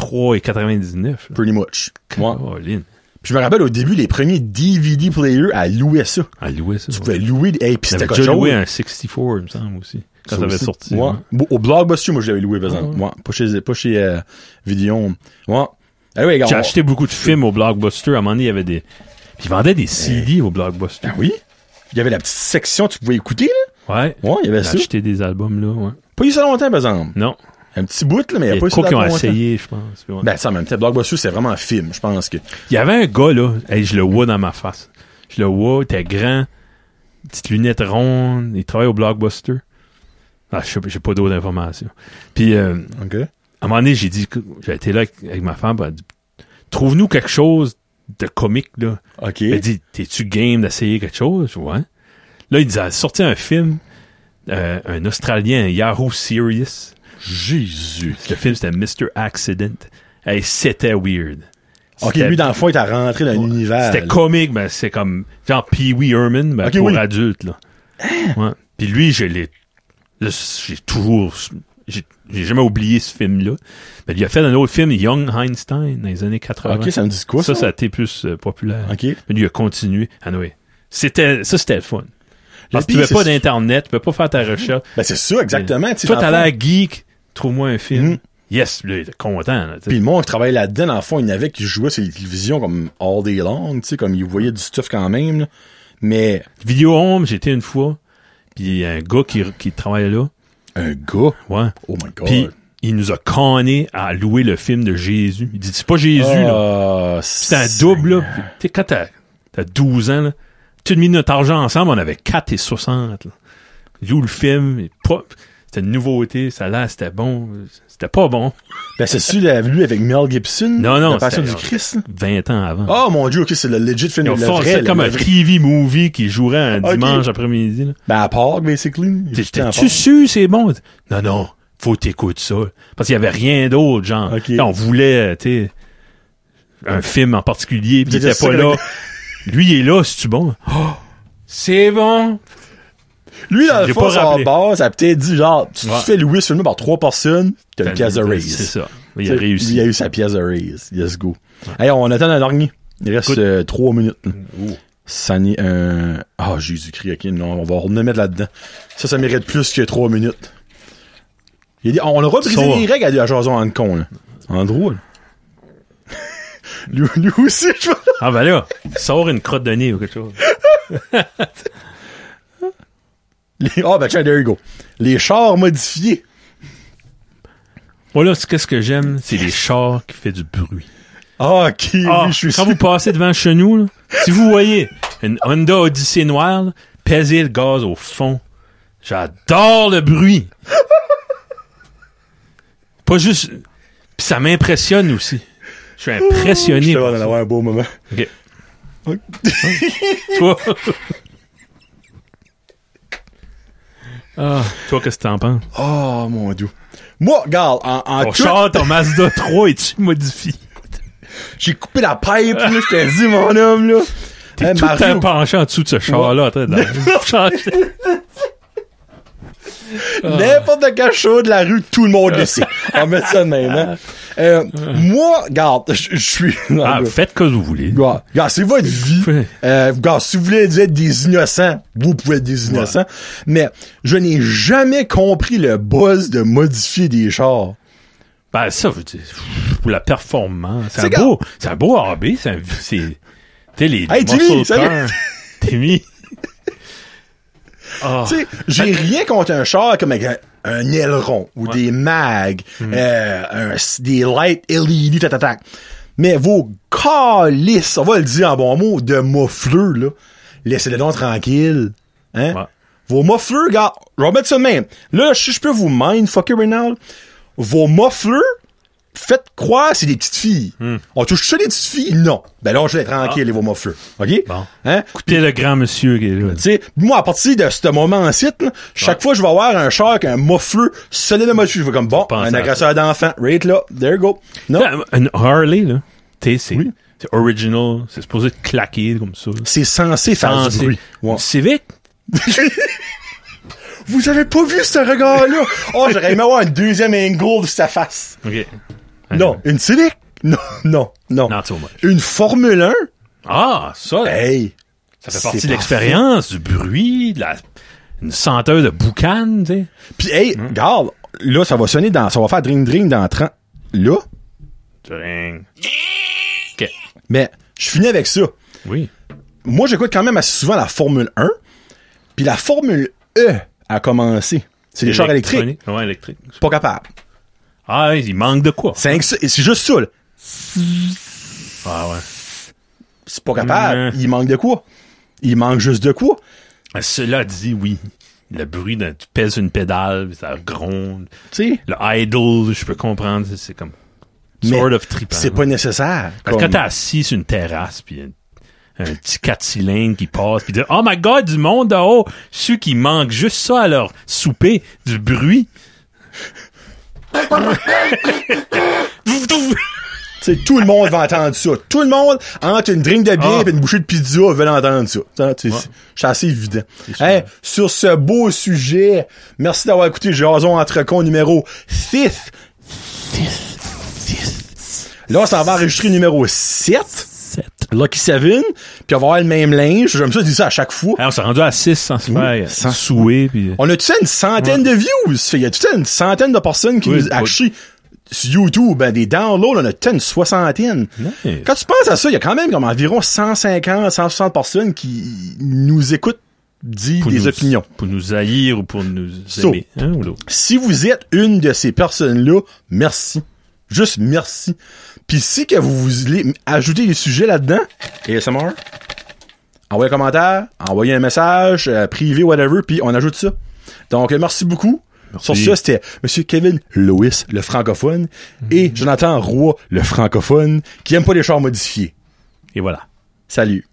Speaker 2: 3,99. là.
Speaker 1: Pretty much. Ouais.
Speaker 2: Caroline.
Speaker 1: Puis je me rappelle au début, les premiers DVD players, elle louait ça.
Speaker 2: Elle louait ça.
Speaker 1: Tu pouvais louer, hey, puis c'était
Speaker 2: J'avais
Speaker 1: quelque
Speaker 2: déjà
Speaker 1: chose.
Speaker 2: loué un 64, il me semble, aussi. Quand ça avait
Speaker 1: aussi.
Speaker 2: sorti.
Speaker 1: Ouais.
Speaker 2: ouais.
Speaker 1: Bon, Au Blockbuster, moi, je l'avais loué, par exemple.
Speaker 2: Ah ouais.
Speaker 1: Ouais. Pas chez, pas chez euh, Vidéo. Ouais. Ah oui,
Speaker 2: J'ai
Speaker 1: regarde.
Speaker 2: acheté beaucoup de films au Blockbuster. À un moment donné, il y avait des... Puis ils vendaient des CD au Blockbuster.
Speaker 1: Ah oui? Il y avait la petite section que tu pouvais écouter, là.
Speaker 2: Ouais.
Speaker 1: Ouais, il y avait
Speaker 2: J'ai
Speaker 1: ça.
Speaker 2: acheté des albums, là, ouais.
Speaker 1: Pas eu ça longtemps, par exemple.
Speaker 2: Non.
Speaker 1: Un petit bout, là, mais il n'y
Speaker 2: Il
Speaker 1: a
Speaker 2: y a
Speaker 1: pas eu ça
Speaker 2: trop qui ont
Speaker 1: longtemps.
Speaker 2: essayé, je pense. puis ouais.
Speaker 1: Ben, ça, en même temps, Blockbuster, c'est vraiment un film, je pense que.
Speaker 2: Il y avait un gars, là, hey, je le vois dans ma face. Je le vois, il était grand, petite lunette ronde, il travaille au Blockbuster. Ah, je sais pas- j'ai pas d'autres informations. Puis, euh,
Speaker 1: OK.
Speaker 2: à un moment donné, j'ai dit, que- j'ai été là avec, avec ma femme, puis elle a dit, trouve-nous quelque chose de comique, là.
Speaker 1: OK.
Speaker 2: Elle dit, t'es-tu game d'essayer quelque chose? Je dis, Ouais. Là, il dit, elle a sorti un film, euh, un Australien, un Yahoo Serious.
Speaker 1: Jésus.
Speaker 2: Le film, c'était Mr. Accident. Hey, c'était weird.
Speaker 1: OK,
Speaker 2: C'était-
Speaker 1: lui, dans le fond, il était rentré dans l'univers.
Speaker 2: c'était
Speaker 1: là.
Speaker 2: comique, mais c'est comme genre Pee Wee Herman ben,
Speaker 1: Ok,
Speaker 2: pour
Speaker 1: oui. Hein?
Speaker 2: adultes là. Ouais. Puis lui, je l'ai, là, j'ai toujours, j'ai j'ai jamais oublié ce film-là. Mais il a fait un autre film, Young Einstein, dans les années 80.
Speaker 1: OK, ça me dit quoi,
Speaker 2: ça,
Speaker 1: ça?
Speaker 2: ça, a été plus euh, populaire.
Speaker 1: OK.
Speaker 2: Mais lui, il a continué. Ah oui. C'était, ça, c'était le fun. Parce que tu
Speaker 1: pire,
Speaker 2: n'avais pas
Speaker 1: c'est-
Speaker 2: d'internet, tu peux pas faire ta recherche.
Speaker 1: Ben, c'est ça, exactement. tu sais,
Speaker 2: Toi,
Speaker 1: dans
Speaker 2: t'as
Speaker 1: le fond.
Speaker 2: l'air geek, trouve-moi un film.
Speaker 1: Mm.
Speaker 2: Yes, là, il est content. là, tu sais.
Speaker 1: Puis le monde qui travaillait là-dedans, dans le fond, il y en avait qui jouaient sur les télévisions comme all day long, tu sais, comme ils voyaient du stuff quand même, là. Mais
Speaker 2: Vidéo Home, j'étais une fois, puis il y a un gars qui, qui travaillait là.
Speaker 1: un gars,
Speaker 2: Ouais.
Speaker 1: oh my god.
Speaker 2: Puis il nous a conné à louer le film de Jésus. Il dit c'est pas Jésus
Speaker 1: Oh,
Speaker 2: là,
Speaker 1: là.
Speaker 2: c'est un double là. Puis, tu sais, quand t'as t'as 12 ans là, tu as mis notre argent ensemble, on avait 4 et 60. Là. Loue le film, et pas- c'était une nouveauté, ça là c'était bon, c'était pas bon.
Speaker 1: Ben, c'est celui là, lui avec Mel Gibson.
Speaker 2: Non, non,
Speaker 1: La passion du
Speaker 2: c'était-
Speaker 1: Christ, là.
Speaker 2: 20 ans avant.
Speaker 1: Oh mon dieu, ok, c'est le legit film.
Speaker 2: Ils ont
Speaker 1: le
Speaker 2: fait
Speaker 1: vrai,
Speaker 2: ça
Speaker 1: là,
Speaker 2: comme
Speaker 1: le
Speaker 2: un
Speaker 1: vrai.
Speaker 2: TV movie qui jouerait un
Speaker 1: Ok.
Speaker 2: dimanche après-midi. là.
Speaker 1: Ben, à part, basically.
Speaker 2: T'es-
Speaker 1: J'étais à
Speaker 2: T'es-tu
Speaker 1: Park.
Speaker 2: sûr c'est bon? Non, non, faut t'écouter ça. Parce qu'il y avait rien d'autre, genre.
Speaker 1: Ok.
Speaker 2: Là, On voulait, euh, tu sais, un film en particulier, puis il
Speaker 1: C'était
Speaker 2: était
Speaker 1: ça
Speaker 2: pas
Speaker 1: que-
Speaker 2: là. Lui, il est là, c'est-tu bon? Oh, c'est bon!
Speaker 1: Lui, dans le
Speaker 2: J'ai
Speaker 1: fond,
Speaker 2: pas
Speaker 1: sur la
Speaker 2: rappelé.
Speaker 1: base, ça a peut-être dit genre, tu te
Speaker 2: Ouais.
Speaker 1: fais louer ce film par trois personnes, t'as une
Speaker 2: Ben,
Speaker 1: pièce de
Speaker 2: c'est-
Speaker 1: raise.
Speaker 2: C'est ça. Il a réussi.
Speaker 1: Il a eu sa pièce de raise. Let's go. Hey, on attend un dernier. Il reste
Speaker 2: Écoute.
Speaker 1: euh, trois minutes. là. Ça n'est un. Ah, Jésus-Christ, ok, non, on va remettre là-dedans. Ça, ça mérite plus que trois minutes. Il dit, on aura brisé
Speaker 2: Sors.
Speaker 1: les règles à, à Jason Hong Kong, là. Andrew, là. lui, lui aussi, je vois.
Speaker 2: Ah ben là, sort une crotte de nez ou quelque chose.
Speaker 1: Les- Ah, ben tiens, there you go. Les chars modifiés.
Speaker 2: Moi là, c'est- qu'est-ce que j'aime? C'est les chars qui fait du bruit.
Speaker 1: Ah, ok, oui,
Speaker 2: Ah,
Speaker 1: je suis
Speaker 2: quand
Speaker 1: sûr.
Speaker 2: vous passez devant chez nous, là, si vous voyez une Honda Odyssey noire, là, pesez le gaz au fond. J'adore le bruit. Pas juste. Puis ça m'impressionne aussi. Je suis impressionné.
Speaker 1: Je vais en avoir un beau moment.
Speaker 2: Ok.
Speaker 1: Ok.
Speaker 2: toi. Ah, toi, qu'est-ce que t'en penses?
Speaker 1: Oh, mon dieu. Moi, regarde, en, en
Speaker 2: Ton
Speaker 1: tout-
Speaker 2: char, ton Mazda 3, es-tu modifié?
Speaker 1: j'ai coupé la pipe, là, je t'ai dit, mon homme, là.
Speaker 2: T'es
Speaker 1: Hey,
Speaker 2: tout le temps
Speaker 1: Euh, Mario,
Speaker 2: penché en dessous de ce char-là. en train de- Ah, changer.
Speaker 1: n'importe quel show de la rue, tout le monde le sait. On met ça de même, hein. Euh, Moi, garde, je je suis.
Speaker 2: Ah,
Speaker 1: Regarde,
Speaker 2: faites que vous voulez.
Speaker 1: regarde, c'est votre vie.
Speaker 2: Ouais.
Speaker 1: Euh, regarde, si vous voulez être des innocents, vous pouvez être des innocents. Mais je n'ai jamais compris le buzz de modifier des chars.
Speaker 2: Ben, ça, je veux dire, pour la performance. C'est
Speaker 1: C'est
Speaker 2: un beau, c'est un beau hobby, c'est un, c'est, t'es les
Speaker 1: Hey, Timmy,
Speaker 2: muscle
Speaker 1: salut!
Speaker 2: cars. Timmy. Ah.
Speaker 1: Tu sais, j'ai rien contre un char comme avec un, un aileron ou des mags,
Speaker 2: Hmm.
Speaker 1: euh, un s- des lights E LED, tatatac. Mais vos calices, on va le dire en bon mot, de moffleux, là, laissez-les donc tranquilles. Hein?
Speaker 2: Ouais.
Speaker 1: Vos moffleux, gars, je vais mettre ça de même. Là, si je peux vous mindfucker right now, vos moffleux, faites croire que c'est des petites filles.
Speaker 2: Hmm.
Speaker 1: On touche ça des petites filles? Non. Ben là, je les tranquille, les vos moffleux. OK?
Speaker 2: Ah. Bon.
Speaker 1: Hein?
Speaker 2: Écoutez le grand monsieur qui est là.
Speaker 1: Tu sais, moi, à partir de ce moment-ci, là, chaque fois que je vais avoir un char avec un moffleux solide de motu, je vais comme, bon,
Speaker 2: Pensez
Speaker 1: un
Speaker 2: à Ben,
Speaker 1: agresseur d'enfant, rate là, there you go. Non,
Speaker 2: Là, Un Harley, là, t'es, c'est, c'est original, c'est supposé te claquer comme ça. là.
Speaker 1: c'est censé faire
Speaker 2: Ah,
Speaker 1: du
Speaker 2: c'est-
Speaker 1: bruit. Ouais.
Speaker 2: Une Civic?
Speaker 1: Vous avez pas vu ce regard-là? oh, j'aurais aimé avoir un deuxième angle de sa face.
Speaker 2: OK.
Speaker 1: Non, une Civic? Non, non, non.
Speaker 2: Not so much.
Speaker 1: Une Formule 1?
Speaker 2: Ah, ça,
Speaker 1: Hey!
Speaker 2: ça fait
Speaker 1: c'est
Speaker 2: partie
Speaker 1: parfait.
Speaker 2: de l'expérience, du bruit, de la, une senteur de boucan, tu sais.
Speaker 1: Puis, hey,
Speaker 2: Mm.
Speaker 1: regarde, là, ça va sonner dans, ça va faire dring dring dans 30. Là?
Speaker 2: Dring. OK.
Speaker 1: Mais, je finis avec ça.
Speaker 2: Oui.
Speaker 1: moi, j'écoute quand même assez souvent la Formule 1. Puis la Formule E a commencé. C'est des chars électriques.
Speaker 2: Électronique. Ouais, électrique.
Speaker 1: Pas capable.
Speaker 2: Ah, il manque de quoi?
Speaker 1: C'est inc- c'est juste ça. là.
Speaker 2: Ah ouais.
Speaker 1: C'est pas capable.
Speaker 2: Mm.
Speaker 1: Il manque de quoi? Il manque juste de quoi?
Speaker 2: Mais Cela dit, oui. Le bruit d'un, tu pèses une pédale, puis ça gronde.
Speaker 1: Tu sais?
Speaker 2: Le idle, je peux comprendre, c'est- c'est comme
Speaker 1: Mais
Speaker 2: sort of trippant.
Speaker 1: C'est pas nécessaire.
Speaker 2: Parce
Speaker 1: Comme-
Speaker 2: que quand t'es assis sur une terrasse, puis un, un petit quatre cylindres qui passe, puis dis oh my god, du monde là-haut, ceux qui manquent juste ça à leur souper, du bruit. Douf, douf.
Speaker 1: Tu sais, tout le monde va entendre ça. Tout le monde, entre une drink de bière
Speaker 2: Ah.
Speaker 1: et une bouchée de pizza, veut entendre ça. Ça, tu sais, c'est- C'est assez évident. Hey, sur ce beau sujet, merci d'avoir écouté Jason Entrecon numéro 6. Là, on s'en va enregistrer numéro 7. Lucky Seven. Puis on va avoir le même linge. J'aime ça, je dis ça à chaque fois.
Speaker 2: Hey, on s'est rendu à 6 sans se faire
Speaker 1: sans-
Speaker 2: souer, puis...
Speaker 1: On a tout ça une centaine de views. Fait, Il y a tout ça une centaine de personnes qui
Speaker 2: Oui,
Speaker 1: nous
Speaker 2: oui.
Speaker 1: achètent sur YouTube, ben, des downloads, on a tout ça une soixantaine.
Speaker 2: Nice.
Speaker 1: Quand tu penses à ça, il y a quand même comme environ 150, 160 personnes qui nous écoutent dire
Speaker 2: pour
Speaker 1: des
Speaker 2: nous-
Speaker 1: opinions.
Speaker 2: Pour nous haïr ou pour nous
Speaker 1: So.
Speaker 2: aimer. Hein, ou l'autre.
Speaker 1: Si vous êtes une de ces personnes-là, merci. Juste merci. Puis si que vous voulez ajouter des sujets là-dedans, ASMR, envoyez un commentaire, envoyez un message, euh, privé, whatever, puis on ajoute ça. Donc, euh, merci beaucoup. Sur
Speaker 2: Merci.
Speaker 1: ça, c'était Monsieur Kevin Lewis, le francophone, et Jonathan Roy, le francophone, qui aime pas les chars modifiés.
Speaker 2: Et voilà.
Speaker 1: Salut.